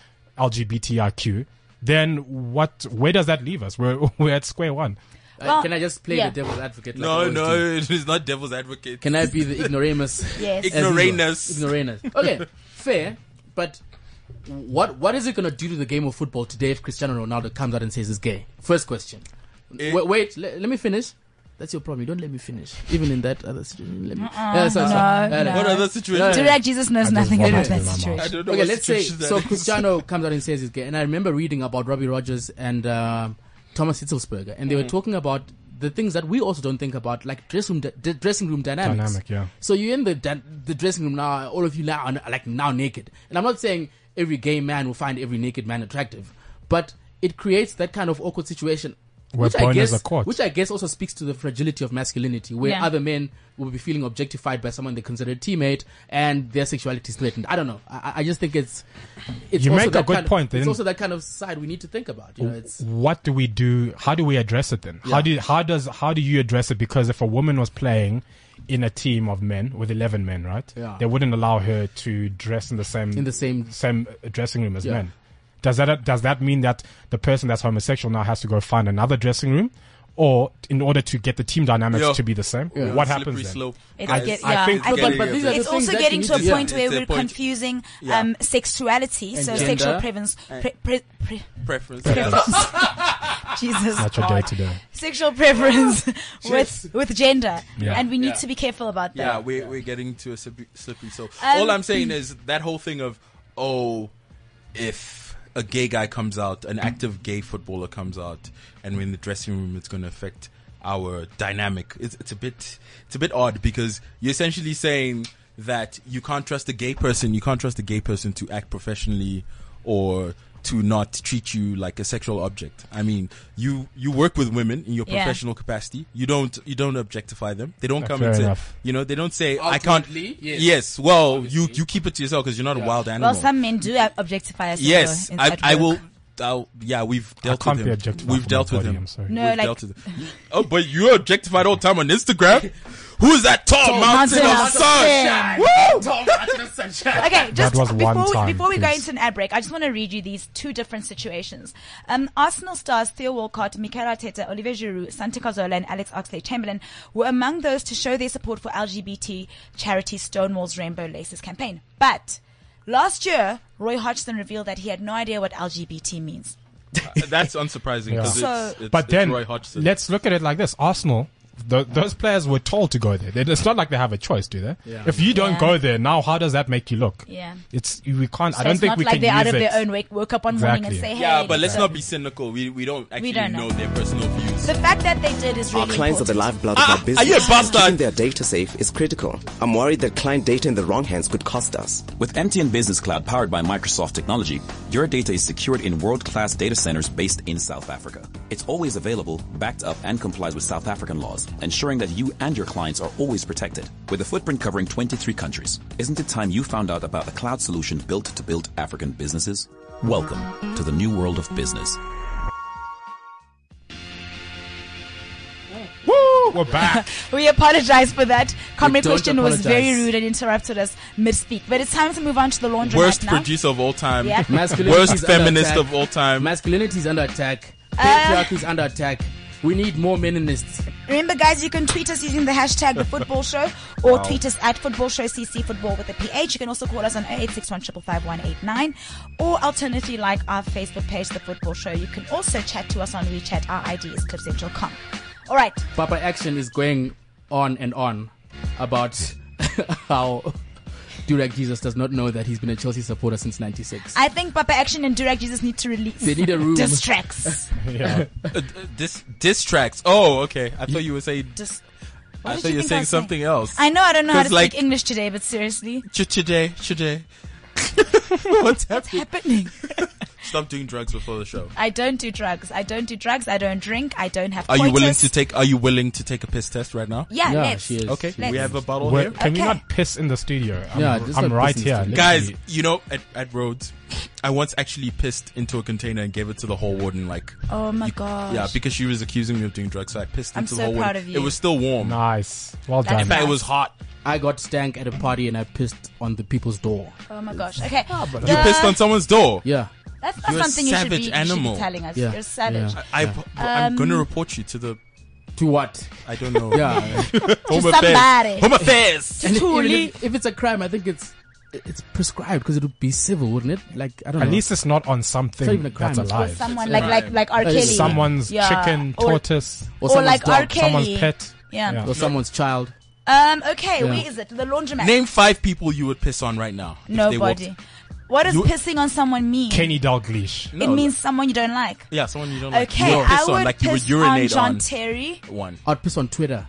S4: LGBTIQ, then what? Where does that leave us? We're we're at square one.
S5: Uh,
S3: Well,
S5: Can I just play
S3: yeah.
S5: the devil's advocate? Like I
S6: no
S5: always
S6: no
S5: do?
S6: it's not devil's advocate
S5: Can I be the ignoramus?
S3: Yes.
S5: as usual?
S6: Ignoramus.
S5: Ignoramus. Okay, fair. But what what is it going to do to the game of football today if Cristiano Ronaldo comes out and says he's gay? First question.
S6: Eh.
S5: wait, wait le- let me finish. That's your problem. You don't let me finish. Even in that other situation, let me. Yeah, sorry, sorry.
S3: Uh-uh. no,
S5: Uh,
S3: no.
S6: what other
S3: Do
S6: situation
S3: that. Jesus knows nothing
S4: want
S3: about
S4: to
S3: that
S4: do my mouth.
S6: I
S3: situation.
S6: don't know
S5: Okay,
S6: what
S5: let's say
S6: situation that
S5: so.
S6: is.
S5: Cristiano comes out and says he's gay, and I remember reading about Robbie Rogers and um Thomas Hitzelsberger, and they
S6: Mm.
S5: were talking about the things that we also don't think about, like dressing room, d- d- dressing room dynamics.
S4: Dynamic, yeah.
S5: So you're in the dan- the dressing room now. All of you now are n- like now naked, and I'm not saying every gay man will find every naked man attractive, but it creates that kind of awkward situation.
S4: Where
S5: which I
S4: boners
S5: guess,
S4: are caught.
S5: which I guess also speaks to the fragility of masculinity, where
S3: Yeah.
S5: other men will be feeling objectified by someone they consider a teammate, and their sexuality is threatened. I don't know. I, I- I just think it's it's
S4: You
S5: also
S4: make a
S5: that
S4: good
S5: kind of-
S4: point,
S5: it's
S4: then.
S5: also that kind of side we need to think about. You know, it's
S4: what do we do? How do we address it then? How do how does how do you address it? Because if a woman was playing in a team of men with eleven men, right?
S5: Yeah.
S4: They wouldn't allow her to dress in the same
S5: In the same-
S4: same uh, dressing room as
S5: Yeah.
S4: men. Does that does that mean that the person that's homosexual now has to go find another dressing room, or in order to get the team dynamics
S6: Yeah.
S4: to be the same?
S5: Yeah.
S4: What
S6: Slippery
S4: happens then?
S6: slope.
S3: It's
S6: Guys,
S3: get-
S4: I
S3: yeah,
S4: think-
S3: I
S5: But-
S3: think
S5: but these are the
S3: it's
S5: things
S3: also
S5: that
S3: getting
S5: you
S3: to a
S5: need to-
S3: point
S6: yeah,
S3: where
S6: it's their
S3: we're
S6: point.
S3: confusing
S6: Yeah.
S3: um, sexuality,
S5: And
S3: so
S5: gender.
S3: sexual preference. Pre- pre- pre-
S6: preference
S3: Jesus,
S4: That's your
S3: God.
S4: day to day.
S3: sexual preference with with gender,
S4: Yeah.
S3: and we need
S6: Yeah.
S3: to be careful about
S6: Yeah,
S3: that.
S6: we're, we're getting to a slippery, slippery slope.
S3: Um,
S6: All I'm saying is that whole thing of, oh, if a gay guy comes out, an active gay footballer comes out, and we're in the dressing room, it's going to affect our dynamic. It's, it's a bit, it's a bit odd because you're essentially saying that you can't trust a gay person. You can't trust a gay person to act professionally or to not treat you like a sexual object. I mean, you, you work with women in your
S3: Yeah.
S6: professional capacity. You don't, you don't objectify them. They don't come
S4: fair
S6: and say,
S4: enough.
S6: you know, they don't say I can't.
S5: Ultimately, yes.
S6: Yes. Well, you you keep it to yourself because you're not a wild animal.
S3: Well, some men do ab- objectify us.
S6: yes,
S3: though, in-
S6: I
S3: at
S6: I
S3: work.
S6: will. I'll, yeah, we've dealt
S4: can't be
S6: with him.
S4: objectified
S6: We've
S4: for
S6: dealt
S4: my
S6: with
S4: body,
S6: him.
S4: I'm sorry.
S3: No,
S6: We've
S3: like-
S6: dealt with him. Oh, but you're objectified all the time on Instagram. Who is that tall, mountain,
S3: mountain
S6: of
S3: of
S6: sun?
S3: sun.
S6: Woo!
S3: Okay, Oh, just
S4: was
S3: before,
S4: one time,
S3: before we go
S4: please.
S3: into an ad break, I just want to read you these two different situations. Um, Arsenal stars Theo Walcott, Mikel Arteta, Olivier Giroud, Santi Cazorla, and Alex Oxlade-Chamberlain were among those to show their support for LGBT charity Stonewall's Rainbow Laces campaign. But last year, Roy Hodgson revealed that he had no idea what LGBT means.
S6: That's unsurprising because
S3: So-
S6: it's, it's,
S4: But
S6: it's
S4: then
S6: Roy Hodgson.
S4: let's look at it like this: Arsenal. tho- those players were told to go there. They- It's not like they have a choice, do they?
S5: Yeah.
S4: If you don't
S3: Yeah.
S4: go there now, how does that make you look?
S3: Yeah.
S4: It's we can't. I
S3: So
S4: don't
S3: it's
S4: think
S3: not
S4: we
S3: like
S4: can
S3: they're
S4: use
S3: out of
S4: it.
S3: their own wake, woke up one morning and
S4: Exactly.
S3: say, hey.
S6: yeah, but let's
S3: so-
S6: not be cynical. We we don't actually
S3: don't know.
S6: know. their personal views.
S3: The fact that they did is really
S9: Our clients are the
S3: important.
S9: lifeblood
S6: Ah,
S9: of our business.
S6: are you a bastard?
S9: Keeping their data safe is critical. I'm worried that client data in the wrong hands could cost us.
S10: With MTN Business Cloud powered by Microsoft technology, your data is secured in world-class data centers based in South Africa. It's always available, backed up, and complies with South African laws, ensuring that you and your clients are always protected. With a footprint covering 23 countries, isn't it time you found out about the cloud solution built to build African businesses? Welcome to the new world of business.
S4: Woo! We're back.
S3: We apologize for that. Comrade
S5: don't
S3: Christian was very
S5: apologize.
S3: rude and interrupted us mid-speak. But it's time to move on to the laundry
S6: Worst
S3: now.
S6: producer of all time.
S3: Yeah.
S5: Masculinity is
S6: Worst
S5: under
S6: feminist
S5: attack.
S6: of all time.
S5: Masculinity is under attack.
S3: Uh,
S5: Patriarchy is under attack. We need more meninists.
S3: Remember, guys, you can tweet us using the hashtag the football show or tweet us at football show CC football with a PH. You can also call us on 0861555189 or alternatively like our Facebook page, the football show. You can also chat to us on WeChat. Our ID is clipcentral.com. All right.
S5: Papa Action is going on and on about how Durek Jesus does not know that he's been a Chelsea supporter since 96.
S3: I think Papa Action and Direct Jesus need to release.
S5: They need a room.
S3: Diss tracks.
S6: Dis diss tracks. Oh, okay. I thought you were saying.
S3: Dis- What
S6: I
S3: did
S6: thought you
S3: think
S6: were saying
S3: was
S6: something else.
S3: I know I don't know how to
S6: 'Cause, like-
S3: speak English today, but seriously.
S6: Ch- Today, today. What's happening?
S3: Happening.
S6: Stop doing drugs before the show.
S3: I don't do drugs. I don't do drugs. I don't drink. I don't have
S6: Are you willing
S3: coitus.
S6: to take? Are you willing to take a piss test right now?
S3: Yeah,
S5: yeah,
S3: let's.
S5: she is.
S6: Okay,
S5: She
S6: we
S5: is.
S6: have a bottle
S4: We're-
S6: here.
S4: Can we
S3: Okay.
S4: not piss in the studio? I'm,
S5: Yeah, just
S4: I'm
S5: not
S4: right
S5: piss in the
S4: here,
S5: studio.
S6: Guys,
S4: literally.
S6: you know, at, at Rhodes, I once actually pissed into a container and gave it to the whole warden. Like,
S3: Oh my
S6: you-
S3: gosh.
S6: yeah, because she was accusing me of doing drugs, so I pissed
S3: I'm
S6: into
S3: so
S6: the whole
S3: proud
S6: warden.
S3: of you.
S6: It was still warm.
S4: Nice. Well
S3: That's
S4: done.
S6: In fact, it was hot.
S5: I got stank at a party and I pissed on the people's door.
S3: Oh my gosh. Okay.
S5: Ah,
S6: You
S3: Uh,
S6: pissed on someone's door.
S5: Yeah.
S3: That's not
S6: You're a
S3: something you should, be,
S6: savage
S3: you should be
S6: animal.
S3: telling us.
S5: Yeah.
S3: You're savage.
S5: Yeah.
S6: I, I'm
S3: Um,
S6: gonna report you to the.
S5: To what?
S6: I don't know.
S5: Yeah.
S6: Home
S3: To
S6: affairs.
S3: somebody.
S6: Home affairs.
S5: And
S3: Truly.
S5: even if, if it's a crime, I think it's it's prescribed because it would be civil, wouldn't it? Like I don't
S4: At
S5: know.
S4: least it's not on something
S5: It's not even a crime,
S4: that's
S5: it's
S3: Or
S4: alive.
S3: someone like like like R.
S5: Uh,
S3: Kelly.
S4: Someone's
S3: Yeah.
S4: chicken,
S3: Or-
S4: tortoise,
S5: or,
S3: or
S5: someone's
S3: like
S5: dog,
S3: R. Kelly.
S4: someone's pet.
S3: Yeah.
S5: or someone's child.
S3: Um. Okay.
S5: Yeah.
S3: Where is it? The laundromat.
S6: Name five people you would piss on right now. if they walked-
S3: Nobody. What does
S6: You-
S3: pissing on someone mean?
S4: Kenny Dalglish.
S3: it
S6: No.
S3: means someone you don't like.
S6: Yeah, someone you don't like.
S3: Okay.
S6: you would
S3: I
S6: piss
S3: would
S6: on, like
S3: piss
S6: you would urinate
S3: on John
S6: on.
S3: Terry.
S6: one.
S5: I'd piss on Twitter.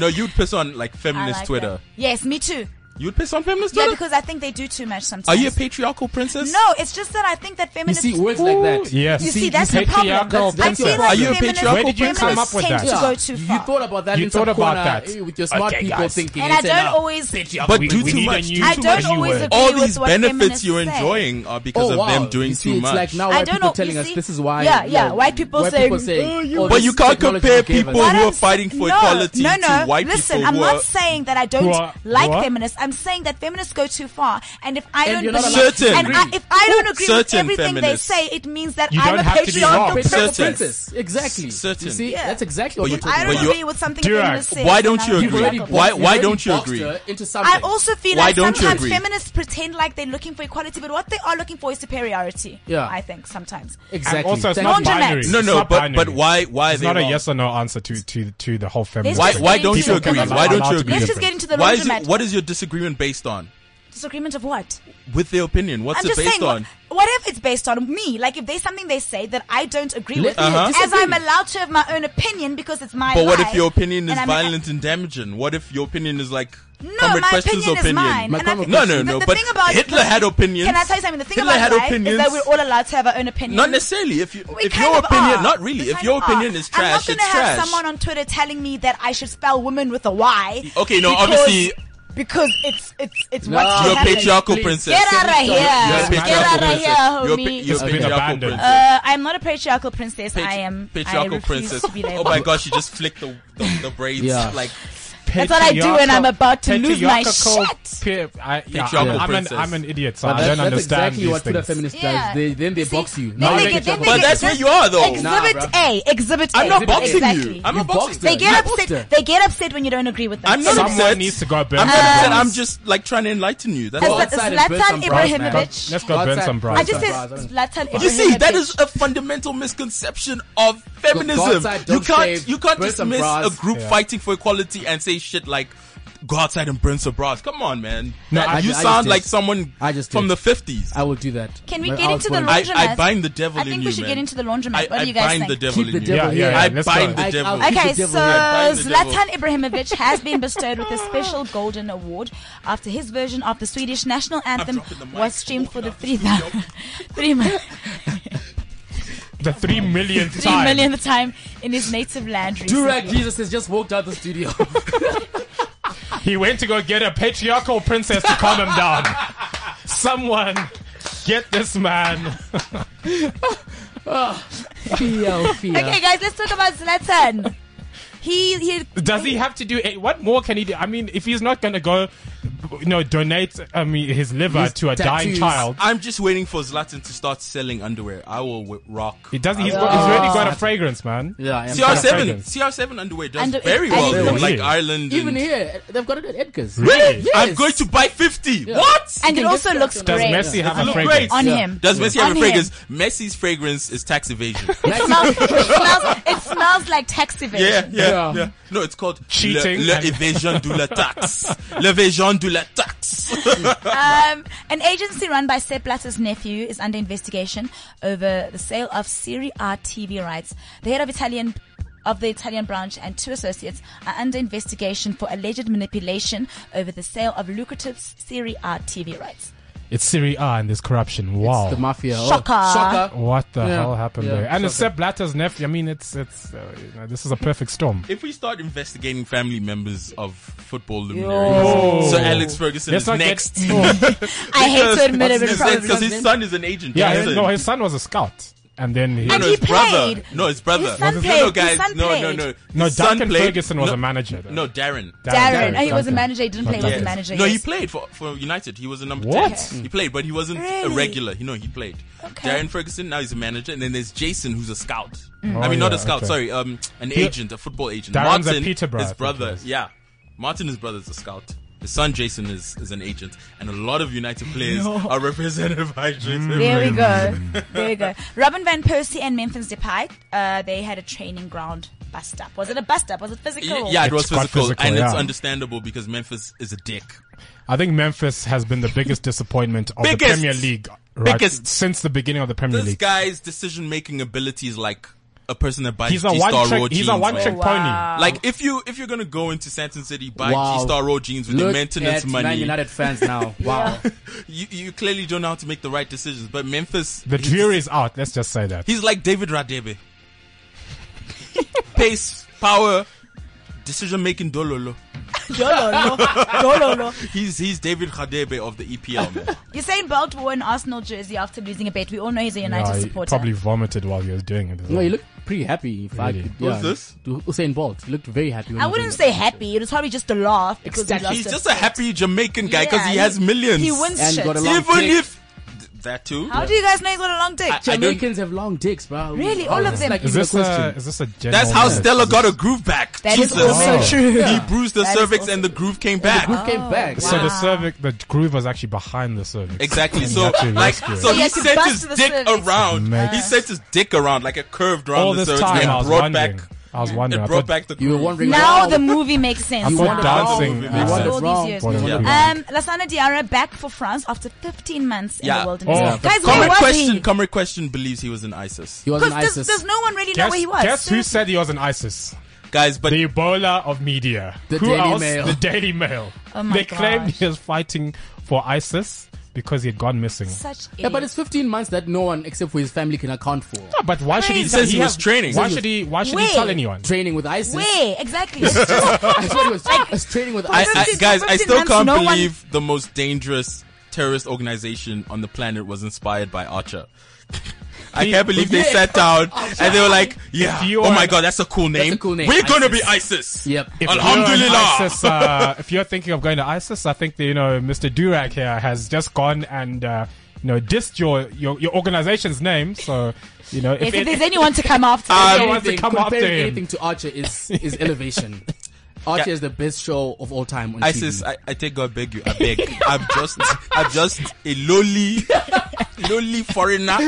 S6: No, you'd piss on like
S3: I
S6: feminist
S3: like
S6: Twitter.
S3: that. Yes, me too.
S6: You'd piss on feminist
S3: Yeah,
S6: Twitter.
S3: because I think they do too much sometimes.
S6: Are you a patriarchal princess?
S3: no, it's just that I think that
S5: You
S3: feminists.
S5: see words like that.
S4: Yes.
S3: You see, that's the problem.
S4: Patriarchal
S3: I
S5: That's- that's
S3: feel
S5: your
S3: like
S6: Are you a
S3: feminists,
S6: patriarchal
S4: Where did you
S3: feminists
S4: come up with
S3: tend
S4: that?
S3: to
S4: Yeah.
S3: go too far.
S5: You thought about that
S4: You
S5: in
S4: thought
S5: some
S4: about
S5: corner,
S4: that.
S5: eh, with your smart
S4: Okay,
S5: people
S4: guys.
S5: thinking.
S3: and I
S5: it's
S3: don't
S5: enough.
S3: always.
S6: But
S4: We-
S6: do
S4: we
S6: too
S4: need a
S6: much.
S4: new-
S6: Do
S3: I
S4: too
S3: don't
S4: much
S3: always
S4: word.
S3: agree
S6: all
S3: with
S6: these
S3: what
S6: benefits
S3: feminists
S6: you're
S3: say.
S6: enjoying are
S5: Oh,
S6: because of
S5: wow.
S6: them doing
S5: you see,
S6: too
S5: it's
S6: much.
S5: like now
S3: I
S5: white
S3: don't
S5: people
S3: know,
S5: telling
S3: you
S5: us
S3: see-
S5: this is why.
S3: Yeah, yeah, white people saying,
S5: saying, "Oh,
S6: but
S5: this
S6: you can't
S5: technology
S6: compare
S5: gave us."
S6: people
S3: What
S6: who
S3: I'm
S6: are fighting for
S3: sa-
S6: equality
S3: no, no,
S6: to white
S3: listen,
S6: people
S3: I'm
S6: who
S3: not
S6: are
S3: saying that I don't
S4: are-
S3: like
S4: who are-
S3: feminists. I'm saying that feminists go too far. And if I
S5: And
S3: don't
S5: you're not
S3: believe,
S6: allowed to
S3: and I,
S6: agree.
S3: if I don't agree with
S6: Certain
S3: everything
S6: feminists.
S3: they say, it means that
S4: You
S3: I'm
S4: don't
S3: a
S4: have to be wrong.
S3: patriarchal
S5: Princess,
S6: Certain.
S3: princess.
S5: princess. Exactly.
S6: Certain.
S5: You see,
S3: Yeah.
S5: that's exactly what
S6: But
S5: we're
S6: you-
S5: talking
S3: I
S5: about.
S6: But
S3: don't
S6: you-
S3: agree with something
S4: Dirac,
S3: feminists say.
S6: why
S3: and
S6: don't
S3: I'm
S6: you
S3: a
S6: agree?
S5: You've already
S3: patriarchal
S6: Why-
S5: boxed-
S6: why
S5: you've
S6: don't you
S5: already
S6: agree?
S5: boxed her
S3: I
S5: Into something.
S3: also feel
S6: Why
S3: like
S6: don't you
S3: sometimes
S6: agree?
S3: feminists pretend like they're looking for equality, but what they are looking for is superiority.
S5: Yeah.
S3: I think sometimes.
S5: exactly.
S4: And also, it's
S5: Thank
S4: not
S5: you.
S3: Laundromat.
S4: binary.
S6: no,
S4: It's
S6: no,
S4: not
S6: but
S4: binary.
S6: but why why are
S4: It's
S6: they
S4: not a
S6: wrong?
S4: yes or no answer to to to the whole feminist.
S6: Why
S3: Let's
S6: why
S3: get
S6: don't
S3: into
S6: you
S3: it,
S6: agree?
S3: because
S6: Why
S4: I'm
S6: don't
S4: allowed
S6: you
S4: to be
S6: agree?
S3: Let's just
S4: different.
S3: get into the
S6: Why is
S3: laundromat.
S6: it, what is your disagreement based on
S3: Disagreement of what?
S6: with their opinion? What's
S3: I'm
S6: it
S3: just
S6: based
S3: saying,
S6: on?
S3: wh- what if it's based on me? Like, if there's something they say that I don't agree
S5: Let
S3: with,
S5: me
S6: Uh-huh.
S3: as
S5: disagree.
S3: I'm allowed to have my own opinion because it's my
S6: But what if
S3: life,
S6: your opinion is
S3: and I'm-
S6: violent and damaging? What if your opinion is like
S3: No,
S6: Comrade
S3: my
S6: Quest's
S3: opinion, is mine.
S5: My
S3: and I
S5: comic
S3: think-
S6: No, no, no.
S3: The, the
S6: but
S3: thing about
S6: Hitler had opinions.
S3: Can I tell you something? The thing
S6: Hitler
S3: about
S6: had
S3: life is
S6: opinions.
S3: that we're all allowed to have our own opinion.
S6: Not necessarily. If you,
S3: We
S6: if
S3: kind
S6: your
S3: of
S6: opinion,
S3: are.
S6: not really.
S3: We
S6: If
S3: kind
S6: your
S3: of are.
S6: opinion is trash,
S3: I'm not gonna
S6: it's
S3: have
S6: trash.
S3: someone on Twitter telling me that I should spell women with a Y.
S6: Okay, no,
S3: because-
S6: obviously-
S3: because it's it's it's
S5: No.
S3: what's
S5: You're
S6: You're a
S3: happening.
S6: patriarchal
S5: Please.
S6: princess.
S3: Get out of here!
S6: You're a
S3: Get
S6: patriarchal
S3: out of here,
S6: princess. You're a pa-
S3: homie.
S6: You're a
S4: been
S6: patriarchal
S4: abandoned.
S6: princess.
S3: Uh, I'm not a patriarchal princess. I
S6: Patri-
S3: am I
S6: patriarchal
S3: refuse
S6: princess.
S3: To be labeled.
S6: Oh my gosh, she just flicked the the, the braids
S5: Yeah.
S6: like
S3: That's what I do when I'm about to lose my
S4: patriarchal
S3: shit.
S4: pe- I, yeah, I'm,
S6: Patriarchal
S4: I'm an,
S6: princess.
S4: I'm an idiot, so
S5: But
S4: I
S5: that's,
S4: don't
S5: that's
S4: understand
S5: exactly what
S4: these
S5: Twitter
S4: things.
S5: feminist
S3: Yeah.
S5: does. They, then they
S3: See?
S5: box you.
S3: Then they
S5: Now they
S3: get-
S5: get
S3: then
S5: your
S3: they
S5: box.
S6: But that's where you are, though.
S5: Nah,
S3: Exhibit
S5: bruh.
S3: A. Exhibit A.
S6: I'm not boxing
S3: exactly.
S6: you. I'm not
S5: You boxed
S6: boxing.
S5: her.
S3: They get
S5: You boxed her.
S3: upset. They get upset when you don't agree with them.
S6: I'm not
S3: So-
S4: Someone
S6: upset.
S4: needs to go burn
S6: I'm
S4: some
S6: not upset.
S4: bras.
S6: I'm just like trying to enlighten you. That's
S3: As
S6: all.
S3: well-
S5: outside and burn
S3: Zlatan
S5: some bras, man.
S3: Ibrahimovic.
S4: Let's go burn
S5: Outside-
S4: some bras.
S3: I just
S5: Outside
S3: said
S5: bras, I don't-
S3: Zlatan Ibrahimovic.
S6: You see, that is a fundamental misconception of feminism.
S5: outside,
S6: you
S5: don't
S6: can't
S5: shave,
S6: you can't
S5: burn some
S6: dismiss a
S5: bras.
S6: group fighting for equality and say shit like go outside and burn some bras. Come on, man.
S4: No,
S6: That-
S4: I-
S6: you
S5: I just
S6: sound
S5: did.
S6: like someone
S5: I just
S6: from
S5: did.
S6: the fifties.
S5: I will do that.
S3: Can we
S5: But
S3: get
S5: I
S3: into
S5: was
S3: the
S5: born-
S6: I,
S3: laundromat?
S6: I bind the devil
S3: I
S6: in you,
S3: think we should
S6: man.
S3: get into the laundromat.
S6: I,
S3: what do you
S6: I
S3: guys
S6: bind
S3: think?
S6: the devil
S5: Keep
S6: in
S5: the
S6: you.
S5: devil
S4: Yeah,
S5: here.
S4: yeah,
S6: I
S4: yeah. Let's
S6: bind
S4: go.
S6: the
S5: I-
S6: devil.
S5: I'll-
S3: Okay,
S5: He's the
S3: so
S5: devil. Yeah,
S6: bind the devil.
S3: Zlatan Ibrahimovic has been bestowed with a special golden award after his version of the Swedish national anthem
S6: dropping the mic.
S3: was streamed for the three
S6: Walking
S3: thou- three mi-
S4: The three millionth
S3: three
S4: time.
S3: millionth time in his native land. recently.
S5: Durag Jesus has just walked out the studio.
S4: He went to go get a patriarchal princess to calm him down. Someone get this man.
S5: Fio, Fio.
S3: Okay, guys, let's talk about Zlatan. He he.
S4: Does he have to do a- what more can he do? I mean, if he's not going to go you know donate I mean his liver
S5: His
S4: to a dying
S5: tattoos.
S4: child.
S6: I'm just waiting for Zlatan to start selling underwear. I will w- rock.
S4: He does he's, got, he's already got a fragrance, man.
S5: Yeah, I am
S4: Sorry.
S6: CR7, CR7 underwear does
S3: Under-
S6: very
S3: it-
S6: well,
S3: I-
S6: though,
S4: Really?
S6: like Ireland.
S5: Even
S6: and-
S5: here, they've got it at Edgar's.
S4: Really?
S6: I'm going to buy 50. What?
S3: And it
S5: can
S3: also
S5: just-
S3: looks
S4: Does
S3: great
S4: Messi have a
S6: Look
S4: fragrance?
S6: great.
S3: on
S5: Yeah.
S3: him.
S6: Does Messi have
S3: On
S6: a
S3: him.
S6: fragrance? Messi's fragrance is tax evasion.
S3: It smells, it smells. It smells like tax evasion.
S6: yeah, yeah,
S5: Yeah.
S6: yeah. No, it's called
S4: Cheating.
S6: Le, le evasion de la taxe. L'évasion de la taxe.
S3: Um, an agency run by Sepp Blatter's nephew is under investigation over the sale of Serie A TV rights. The head of Italian of the Italian branch and two associates are under investigation for alleged manipulation over the sale of lucrative Serie A TV rights.
S4: It's Serie A and there's corruption. Wow.
S5: The mafia. Oh,
S3: Shocker.
S5: Shocker.
S4: What the
S5: Yeah,
S4: hell happened
S5: yeah,
S4: there? And it's
S5: shocker.
S4: Sepp Blatter's nephew. I mean, it's it's uh, you know, this is a perfect storm.
S6: if we start investigating family members of football luminaries, so Alex Ferguson
S4: Let's
S6: is
S4: not get-
S6: next.
S3: I hate to admit it, but it probably
S6: Because
S3: was
S6: his
S3: him.
S6: son is an agent.
S4: Yeah,
S6: Jackson.
S4: no, his son was a scout, and then he,
S6: No,
S3: And
S6: no,
S3: he
S6: his brother.
S3: played.
S6: No, his brother.
S3: His son
S6: no, no,
S3: played. His
S6: guys.
S3: son
S6: no,
S3: played.
S6: no, no.
S4: no
S6: His son
S4: Duncan
S6: played-
S4: Ferguson was
S6: no,
S4: a manager. Though.
S6: No, Darren.
S3: Darren. Oh, he was a
S4: Duncan.
S3: manager. He didn't play. He was
S4: Yes.
S3: a manager.
S6: No, he
S3: yes.
S6: played for, for United. He was a number
S4: What? Hmm.
S6: 10. He played, but he wasn't a
S3: Really?
S6: regular. You know, he played.
S3: Okay.
S6: Darren Ferguson, now he's a manager. And then there's Jason, who's a scout.
S3: Hmm.
S4: Oh,
S6: I mean, not
S4: yeah,
S6: a scout,
S4: okay.
S6: sorry, um, an agent, a football agent.
S4: Darren's a
S6: Martin,
S4: Peterborough, I
S6: his
S4: think he
S6: brother.
S4: was.
S6: Yeah. Martin, his brother, is a scout. His son, Jason, is, is an agent. And a lot of United players are represented
S4: Hmm.
S6: by Jason.
S3: There we go. There we go. Robin van Persie and Memphis Depay, uh, they had a training ground bust up. Was it a bust up? Was it physical?
S6: Yeah, it was
S4: It's quite
S6: physical,
S4: physical,
S6: and it's
S4: yeah.
S6: understandable because Memphis is a dick.
S4: I think Memphis has been the biggest disappointment of the
S6: Biggest.
S4: Premier League right,
S6: Biggest.
S4: since the beginning of the Premier
S6: This
S4: League.
S6: guy's decision making ability is like a person that buys
S4: he's a
S6: G-Star
S4: one
S6: Raw
S4: trick. He's a
S6: jeans,
S4: one
S6: man.
S4: trick
S3: Wow.
S6: Like if you if you're gonna go into Santon City buy
S5: Wow.
S6: G Star Raw jeans with the
S5: Look
S6: maintenance
S5: at Man
S6: money,
S5: United fans now. Wow.
S6: you, you clearly don't know how to make the right decisions. But Memphis,
S4: pony. The
S6: he's-
S4: jury's out. Let's just say that.
S6: He's like David Radebe. Pace, power, decision making dololo.
S3: Dololo. Dololo.
S6: He's he's David Radebe of the EPL. Man.
S3: Usain Bolt wore an Arsenal jersey after losing a bet. We all know he's a
S4: Yeah,
S3: United
S4: he
S3: supporter.
S4: probably vomited while he was doing it. as
S5: no,
S4: well.
S5: you look pretty happy. If I
S4: Really?
S5: could,
S6: Who's
S5: yeah.
S6: this?
S5: Du- Usain Bolt looked very happy. when
S3: I
S5: he
S3: wouldn't
S5: did
S3: say happy. It was probably just a laugh because he
S5: Exactly.
S3: lost
S6: He's
S3: a
S6: just a
S3: bet.
S6: happy Jamaican guy because
S3: Yeah,
S6: he has millions.
S3: He wins
S5: And
S3: shit.
S5: got a lot- Long
S6: Even
S5: dick.
S6: if th- that too.
S3: How do you guys know he got a long dick?
S6: I-
S5: that.
S6: I don't-
S5: Jamaicans have long dicks, bro. Oh,
S3: Really? All of them?
S5: Like,
S4: is
S5: even a
S4: this uh, a,
S5: question.
S4: is this a general
S6: That's how
S4: knowledge?
S6: Stella got her groove back.
S3: That is
S6: Jesus.
S3: also
S4: Oh.
S3: true.
S6: He bruised the
S3: That is
S6: cervix
S3: also-
S6: and the groove came back.
S5: Who
S3: Oh,
S5: came back?
S4: So the cervix, the groove was actually behind the cervix.
S6: Exactly.
S4: And
S6: So,
S4: he had to
S6: like,
S4: rescue it.
S6: so
S3: he
S6: he
S3: had to
S6: sent
S3: bust
S6: his
S3: the
S6: dick
S3: cervix.
S6: around.
S4: Makes-
S6: He sent his dick around, like it curved around
S4: all
S6: the
S4: this
S6: cervix
S4: time I
S6: and
S4: was
S6: brought
S4: wondering.
S6: back.
S4: I was
S6: It
S4: wondering. I
S6: brought
S4: thought-
S6: back the
S5: You were
S6: groove.
S5: wondering.
S3: Now
S5: wow.
S3: the movie makes sense.
S4: I'm
S3: now.
S4: not dancing.
S6: Wow.
S4: makes
S5: Wow.
S4: sense.
S3: all
S5: Wrong.
S3: these years.
S4: Whatever.
S6: Yeah.
S3: Um, Lasana Diarra back for France after 15 months in
S6: Yeah.
S3: the wilderness.
S4: Oh,
S3: Guys, where
S6: Comrade
S3: was
S6: question.
S3: he?
S6: Comrade question believes he was in ISIS,
S5: He was in
S3: Because does,
S5: ISIS.
S3: does no one really know
S4: Guess,
S3: where he was?
S4: guess who
S3: Seriously.
S4: said he was in ISIS?
S6: guys. But
S4: The Ebola of media.
S5: The
S4: who
S5: Daily
S4: else?
S5: Mail.
S4: The Daily Mail.
S3: Oh my
S4: they claimed
S3: gosh.
S4: he was fighting for ISIS because he had gone missing.
S3: Such
S5: yeah, but it's 15 months that no one except for his family can account for.
S4: But why should he?
S3: He
S4: tell-
S6: says he was
S4: has-
S6: training.
S4: Why should he? Why should he
S3: Wait.
S4: tell anyone?
S5: Training with ISIS.
S3: Where? Exactly. Let's just-
S5: I thought he was, he was training with
S6: I,
S5: ISIS.
S6: I,
S3: Fifteen-
S6: guys, I
S3: fifteen
S6: still
S3: months,
S6: can't
S3: no one-
S6: believe the most dangerous terrorist organization on the planet was inspired by Archer. I can't believe they
S5: Yeah.
S6: sat down and they were like, "Yeah,
S4: If you
S6: oh
S4: are
S6: my
S4: an-
S6: god, that's a cool name.
S5: a cool name,
S6: We're gonna
S5: ISIS."
S6: be ISIS."
S5: Yep.
S4: If you're
S6: Alhamdulillah.
S4: in ISIS, uh, if you're thinking of going to ISIS, I think that, you know Mr. Durak here has just gone and uh, you know dissed your, your your organization's name. So you know
S3: Yes, if
S4: if, it,
S3: there's anyone to come after,
S6: Uh,
S4: Anyone wants to
S5: Anything-
S4: come after
S5: comparing
S4: him.
S5: anything to Archer is is elevation. Archer is the best show of all time on
S6: ISIS,
S5: TV.
S6: I, I take God beg you, I beg. I'm just, I'm just a lowly, lowly foreigner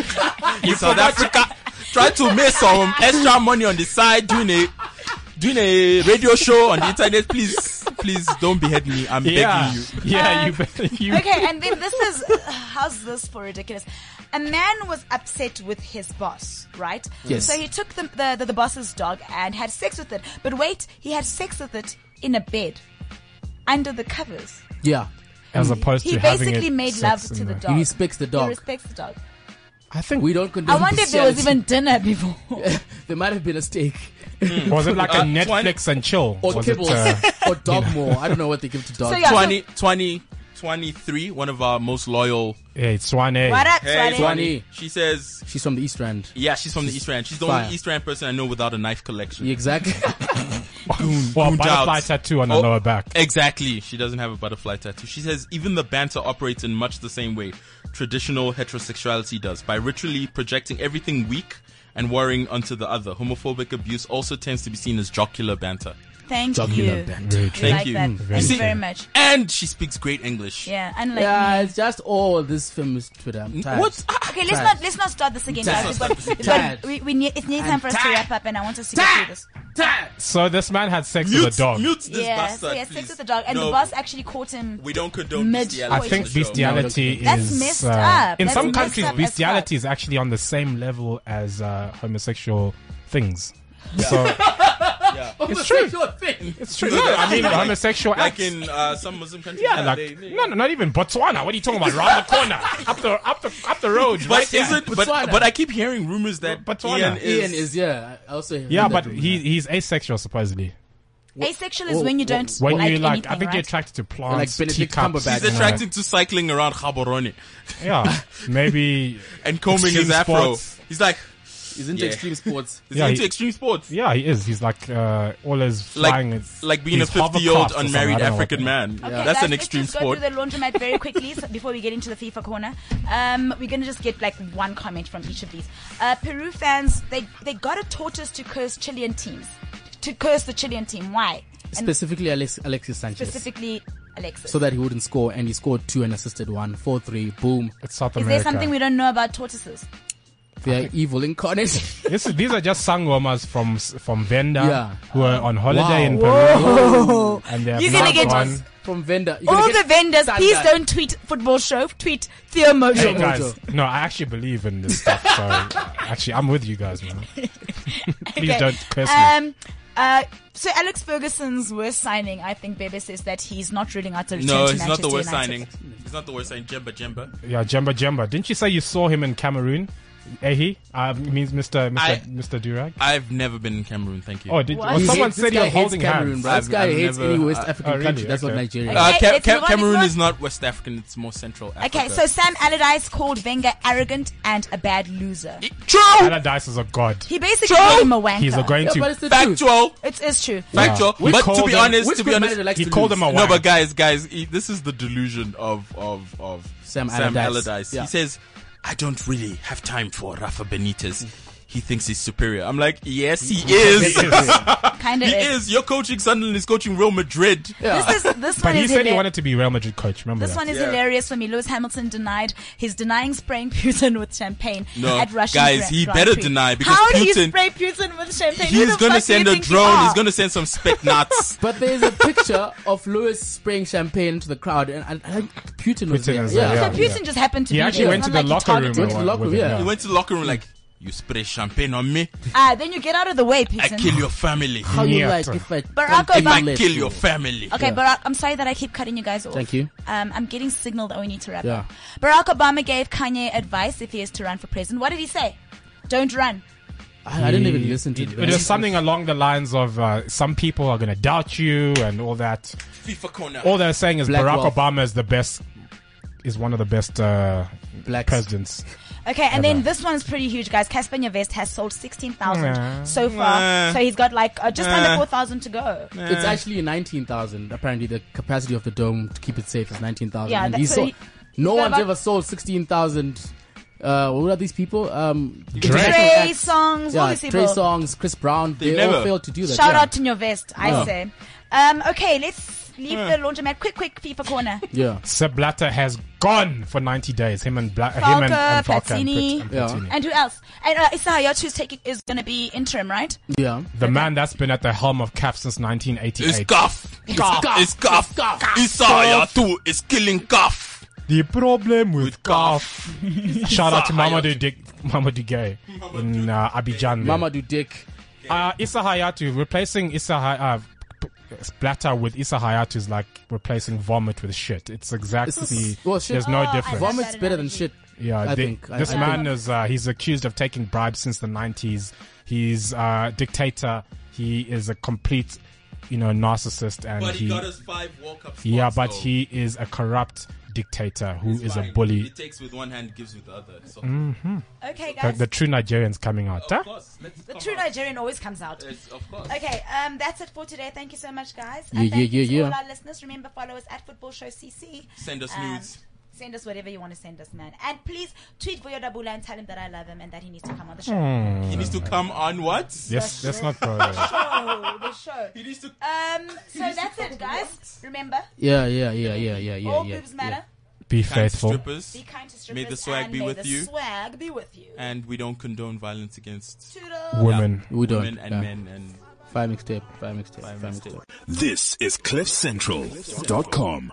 S6: in South Africa, trying to make some extra money on the side, doing a, doing a radio show on the internet. Please, please don't behead me. I'm
S4: yeah,
S6: begging you.
S4: yeah, you, you
S3: Um, Okay, and then this is how's this for ridiculous? A man was upset with his boss, right?
S5: Yes.
S3: So he took the the, the, the boss's dog and had sex with it. But wait, he had sex with it in a bed, under the covers.
S5: yeah,
S4: as opposed
S3: He
S4: to having
S3: basically
S4: it
S3: made love
S4: sex
S3: to
S4: in
S3: the dog.
S5: he respects the
S3: He
S5: dog.
S3: respects the dog.
S4: I think
S5: We don't condemn
S3: I wonder if there was even
S5: bestiality.
S3: dinner before.
S5: there might have been a steak
S4: was it like a
S6: Uh,
S4: Netflix and chill
S5: or
S4: was it,
S5: kibbles
S4: uh,
S5: or dog more. I don't know what they give to dogs.
S3: So yeah,
S6: 20, 20, 23, one of our most loyal.
S4: yeah, it's one A.
S3: what up,
S6: Hey,
S3: Swane?
S5: 20.
S6: She says,
S5: She's from the East Rand.
S6: yeah, she's from the East Rand. She's the
S5: Fire.
S6: only East Rand person I know without a knife collection.
S5: Yeah, exactly.
S4: Well,
S6: Gooned
S4: butterfly
S6: out.
S4: tattoo on
S6: Oh.
S4: the lower back.
S6: Exactly. She doesn't have a butterfly tattoo. She says even the banter operates in much the same way traditional heterosexuality does by ritually projecting everything weak and worrying onto the other. Homophobic abuse also tends to be seen as jocular banter.
S3: Thank
S5: Dog
S3: you.
S5: you love that.
S3: We
S6: Thank
S3: like
S6: you.
S3: that.
S6: Mm,
S3: Thank
S4: very
S3: you
S6: true.
S3: very much.
S6: And she speaks great English.
S3: Yeah, unlike
S5: Yeah,
S3: me.
S5: it's just all this famous Twitter. I'm tired.
S6: What?
S3: Okay, let's
S5: tired.
S3: not let's not start this again,
S5: Tired.
S3: guys. We've got, we've
S5: Tired.
S3: got, we, we need, it needs time for us to
S5: tired.
S3: wrap up, and I want us to get
S5: Tired.
S3: through this.
S5: Tired.
S4: So this man had sex
S6: Mute,
S4: with a dog.
S6: mute this
S3: yeah,
S6: bastard.
S3: so he had sex
S6: please.
S3: with the dog, and
S6: No,
S3: the boss actually caught him.
S6: We don't condone
S3: Mid-
S6: bestiality.
S4: I
S3: Wait,
S4: think
S6: on the show.
S4: bestiality
S3: That's
S4: is
S3: messed
S4: uh,
S3: up.
S4: in
S3: That's
S4: some
S3: messed
S4: countries
S3: up as
S4: bestiality is actually on the same level as uh, homosexual things. So
S5: It's
S4: true.
S5: true.
S4: it's true. No, I mean homosexual
S6: Like
S4: acts.
S6: in uh, some Muslim countries.
S4: yeah, like,
S6: they- they-
S4: no, no, not even Botswana. What are you talking about? Round the corner, up the, up the, up the road.
S6: But
S4: right there.
S6: isn't but,
S5: Botswana.
S6: but I keep hearing rumors that
S4: Botswana.
S6: Ian is,
S5: Ian is yeah. I also heard
S4: yeah,
S5: that
S4: but
S5: rumor.
S4: he he's asexual supposedly.
S3: Asexual is when you don't
S4: When
S3: like
S4: you like,
S3: anything,
S4: I think
S3: right?
S4: you're attracted to plants,
S5: Benedict
S4: teacups.
S5: Cumberbatch. He's
S6: he's
S4: you know.
S6: attracted to cycling around Khabarone.
S4: Yeah, maybe.
S6: and combing
S4: Extreme
S6: his afro.
S4: sports.
S6: He's like,
S5: he's into
S6: Yeah.
S5: extreme sports.
S6: he's
S4: Yeah,
S6: into
S4: he-
S6: extreme sports.
S4: Yeah, he is. He's like uh, always flying.
S6: Like,
S4: with-
S6: like being a
S4: he's
S6: 50 year
S4: hovercraft
S6: old
S4: or something, I
S6: unmarried
S4: don't know what
S6: African
S4: they-
S6: man.
S3: Okay,
S6: That's
S3: guys,
S6: an extreme
S3: let's just
S6: sport.
S3: go through the laundromat very quickly so- before we get into the FIFA corner. Um, we're gonna just get like one comment from each of these. Uh, Peru fans, they they got a tortoise to curse Chilean teams, to curse the Chilean team. Why? And
S5: Specifically, Alex, Alexis Sanchez.
S3: specifically Alexis.
S5: so that he wouldn't score, and he scored two and assisted one. Four three, boom.
S4: It's South
S3: is
S4: America.
S3: there something we don't know about tortoises?
S5: They are evil incarnate.
S4: This is- these are just sangomas from from Venda
S5: Yeah.
S4: who are on
S5: Wow.
S4: holiday in Peru
S3: Oh,
S4: and they're
S3: You're gonna get
S4: gone.
S5: from vendor. You're
S3: all
S5: gonna
S3: the
S5: get
S3: vendors,
S5: Sandra.
S3: please don't tweet football show. Tweet Theo
S4: Hey
S3: Mojo.
S4: guys, no, I actually believe in this stuff. So actually, I'm with you guys, man. Please
S3: Okay.
S4: don't curse me.
S3: Um, uh, so Alex Ferguson's worst signing, I think Bebe says that he's not ruling out a return
S6: No,
S3: to
S6: he's not
S3: Manchester
S6: the worst
S3: United.
S6: signing. He's not the worst signing. Jemba Jemba.
S4: Yeah, Jemba Jemba. Didn't you say you saw him in Cameroon? Ehi, uh, means Mr. Mr.
S6: I-
S4: Mr. Durag.
S6: I've never been in Cameroon, thank you. Uh,
S4: Oh, did
S3: What?
S4: well,
S5: He
S4: someone
S5: hates-
S4: said
S5: this
S4: he
S5: guy
S4: was
S5: hates
S4: holding
S5: Cameroon,
S4: hands.
S5: bro. This
S6: I've-
S5: guy
S6: I've
S5: hates
S6: never-
S5: any West
S6: uh,
S5: African
S4: oh, really?
S5: country. That's not
S4: Okay.
S5: Nigeria.
S6: Uh,
S3: Okay,
S6: Ca-
S3: let's
S6: Ca-
S3: move on,
S6: Cameroon
S3: let's move
S6: is not West African, it's more Central Africa.
S3: Okay, so Sam Allardyce called Wenger arrogant and a bad loser.
S6: True!
S4: Allardyce is a god.
S3: He basically called him a wanker.
S4: He's a going
S5: yeah, but
S4: to.
S5: it's the truth.
S6: Factual!
S3: It is true.
S6: Factual.
S4: We
S6: But to
S4: called
S6: be
S4: him-
S6: honest,
S5: Which
S6: to
S5: good
S6: be honest,
S5: manager likes
S4: He
S5: to
S4: called
S5: lose?
S4: him a
S6: No,
S4: wanker.
S6: but guys, guys, he, this is the delusion of of of
S5: Sam Allardyce. Yeah.
S6: He says, "I don't really have time for Rafa Benitez. He thinks he's superior." I'm like, "Yes, he is.
S3: Kind of
S6: he is. You're coaching Sunderland. He's coaching Real Madrid.
S3: This is this
S4: But
S3: one
S4: he
S3: is
S4: said he
S3: hilar-
S4: wanted to be Real Madrid coach. Remember
S3: This
S4: that?
S3: one is
S6: Yeah.
S3: hilarious for me. Lewis Hamilton denied. He's denying spraying Putin with champagne
S6: No,
S3: at Russian
S6: guys,
S3: Grand-
S6: he
S3: Grand
S6: better
S3: Prix.
S6: deny because
S3: How do you
S6: Putin-
S3: spray Putin with champagne? Who the
S6: He's gonna
S3: fuck do you
S6: send a
S3: think you
S6: drone.
S3: are?
S6: He's gonna send some spec nuts.
S5: But there's a picture of Lewis spraying champagne to the crowd, and I, I think Putin was
S4: Putin
S5: there.
S4: is
S5: yeah.
S4: there, yeah.
S3: So Putin just happened to
S4: He
S3: be
S4: actually
S3: there.
S4: went
S3: It's
S4: to
S3: not
S4: the
S3: like he
S4: locker room.
S3: targeted
S5: Went to
S4: and
S5: the
S4: wa-
S5: locker
S4: with
S5: room,
S4: him,
S5: yeah.
S6: he went to the locker room like." You spray champagne on me,
S3: Ah, then you get out of the way, Putin.
S6: I kill your family.
S5: How you
S4: Yeah.
S5: like if I
S3: Barack
S5: don't
S6: If I
S5: let
S6: kill
S5: you?
S6: your family,
S3: Okay, Barack, I'm sorry that I keep cutting you guys off.
S5: Thank you.
S3: Um, I'm getting signaled that we need to wrap
S5: Yeah.
S3: up. Barack Obama gave Kanye advice if he is to run for president. What did he say? Don't run.
S5: I, I didn't even listen to
S4: It, it was something along the lines of uh, some people are going to doubt you and all that.
S6: FIFA corner.
S4: All they're saying is
S5: Black
S4: Barack
S5: wealth.
S4: Obama is the best, is one of the best uh,
S5: Black
S4: presidents.
S3: Okay, and then this one's pretty huge, guys. Casper Nyvest has sold 16,000
S4: Nah.
S3: so far.
S6: Nah.
S3: So he's got like uh, just
S6: Nah.
S3: under 4,000 to go.
S5: It's
S4: uh,
S5: actually 19,000. Apparently, the capacity of the dome to keep it safe is 19,000.
S3: Yeah,
S5: and
S3: that's
S5: he
S3: so
S5: sold,
S3: he-
S5: No
S3: he's got
S5: one's
S3: about-
S5: ever sold 16,000. Uh, what are these people? Um,
S4: Drake.
S3: Trey songs, all
S5: yeah,
S3: these
S5: Trey
S3: people.
S5: songs, Chris Brown. They
S6: They never-
S5: all failed to do that.
S3: Shout
S5: yeah.
S3: out to Nyvest, I say. Um, okay, let's leave the laundromat. Quick, quick, FIFA corner.
S5: Yeah.
S4: Sepp Blatter has gone for 90 days. Him and Bla- him and,
S3: Falca,
S4: and Falca and
S3: Platini.
S4: Plat- and
S5: Yeah.
S4: Platini.
S3: And who else? And uh, Issa Hayatou is taking is going to be interim, right?
S5: Yeah.
S4: The man that's been at the helm of CAF since
S6: It's
S4: 1988.
S6: Gaff. It's Gaff. It's Gaff. Isaiah too is killing Gaff.
S4: The problem with
S6: With
S4: CAF.
S6: Gaff.
S4: Shout out to
S6: Issa
S4: Mamadou
S6: Hayatou.
S4: Dick, Mamadou Gay in uh, Abidjan. there.
S5: Mamadou Dick.
S4: Uh, Issa Hayatu replacing Issa Hay- uh, p- splatter with Issa Hayatu is like replacing vomit with shit. It's exactly
S5: It's- well, shit-
S4: there's no
S3: Oh, I
S4: difference.
S3: love
S5: Vomit's
S3: that
S5: better than
S3: analogy.
S5: shit.
S4: Yeah,
S5: I
S4: they-
S5: think. I-
S4: this
S5: I
S4: man is uh, he's accused of taking bribes since the 90s. He's uh, dictator. He is a complete, you know, narcissist, and
S6: But
S4: he,
S6: he got us five World Cup spots.
S4: yeah, but
S6: though.
S4: he is a corrupt dictator who is
S6: It's fine.
S4: a bully. Mm,
S6: He takes with one hand, gives with the other. So,
S3: Okay,
S4: The,
S3: guys.
S4: the true Nigerians coming out. huh?
S6: of course, let's
S3: The
S6: come
S3: true
S6: out.
S3: Nigerian always comes out.
S6: It's- Of course.
S3: Okay, um, that's it for today. Thank you so much, guys.
S5: Yeah,
S3: and thank
S5: yeah,
S3: you to
S5: yeah,
S3: all
S5: yeah.
S3: our listeners. Remember, follow us at Football Show CC.
S6: Send us
S3: Um,
S6: nudes.
S3: Send us whatever you want to send us, man. And please tweet Voyo Dabula and tell him that I love him and that he needs to come on the show.
S5: Hmm.
S6: He needs to come on what?
S4: Yes, let's not go. there.
S3: Show, Oh, the show.
S6: He needs to.
S3: Um, so that's it, guys. Remember,
S5: Yeah, yeah, yeah, yeah, yeah, yeah.
S3: all
S5: yeah,
S3: boobs matter.
S4: Be
S6: Thanks,
S4: faithful.
S6: Strippers.
S3: Be kind to strippers.
S6: May the swag
S3: and
S6: be
S3: may
S6: with
S3: the
S6: you.
S3: swag be with you.
S6: And we don't condone violence against
S3: Toodles.
S4: Women.
S5: yeah. We don't.
S6: women and
S5: yeah.
S6: men and
S5: Five mixtape. Five mixtape. Five
S6: mixtape.
S5: mixtape.
S1: This is CliffCentral.com.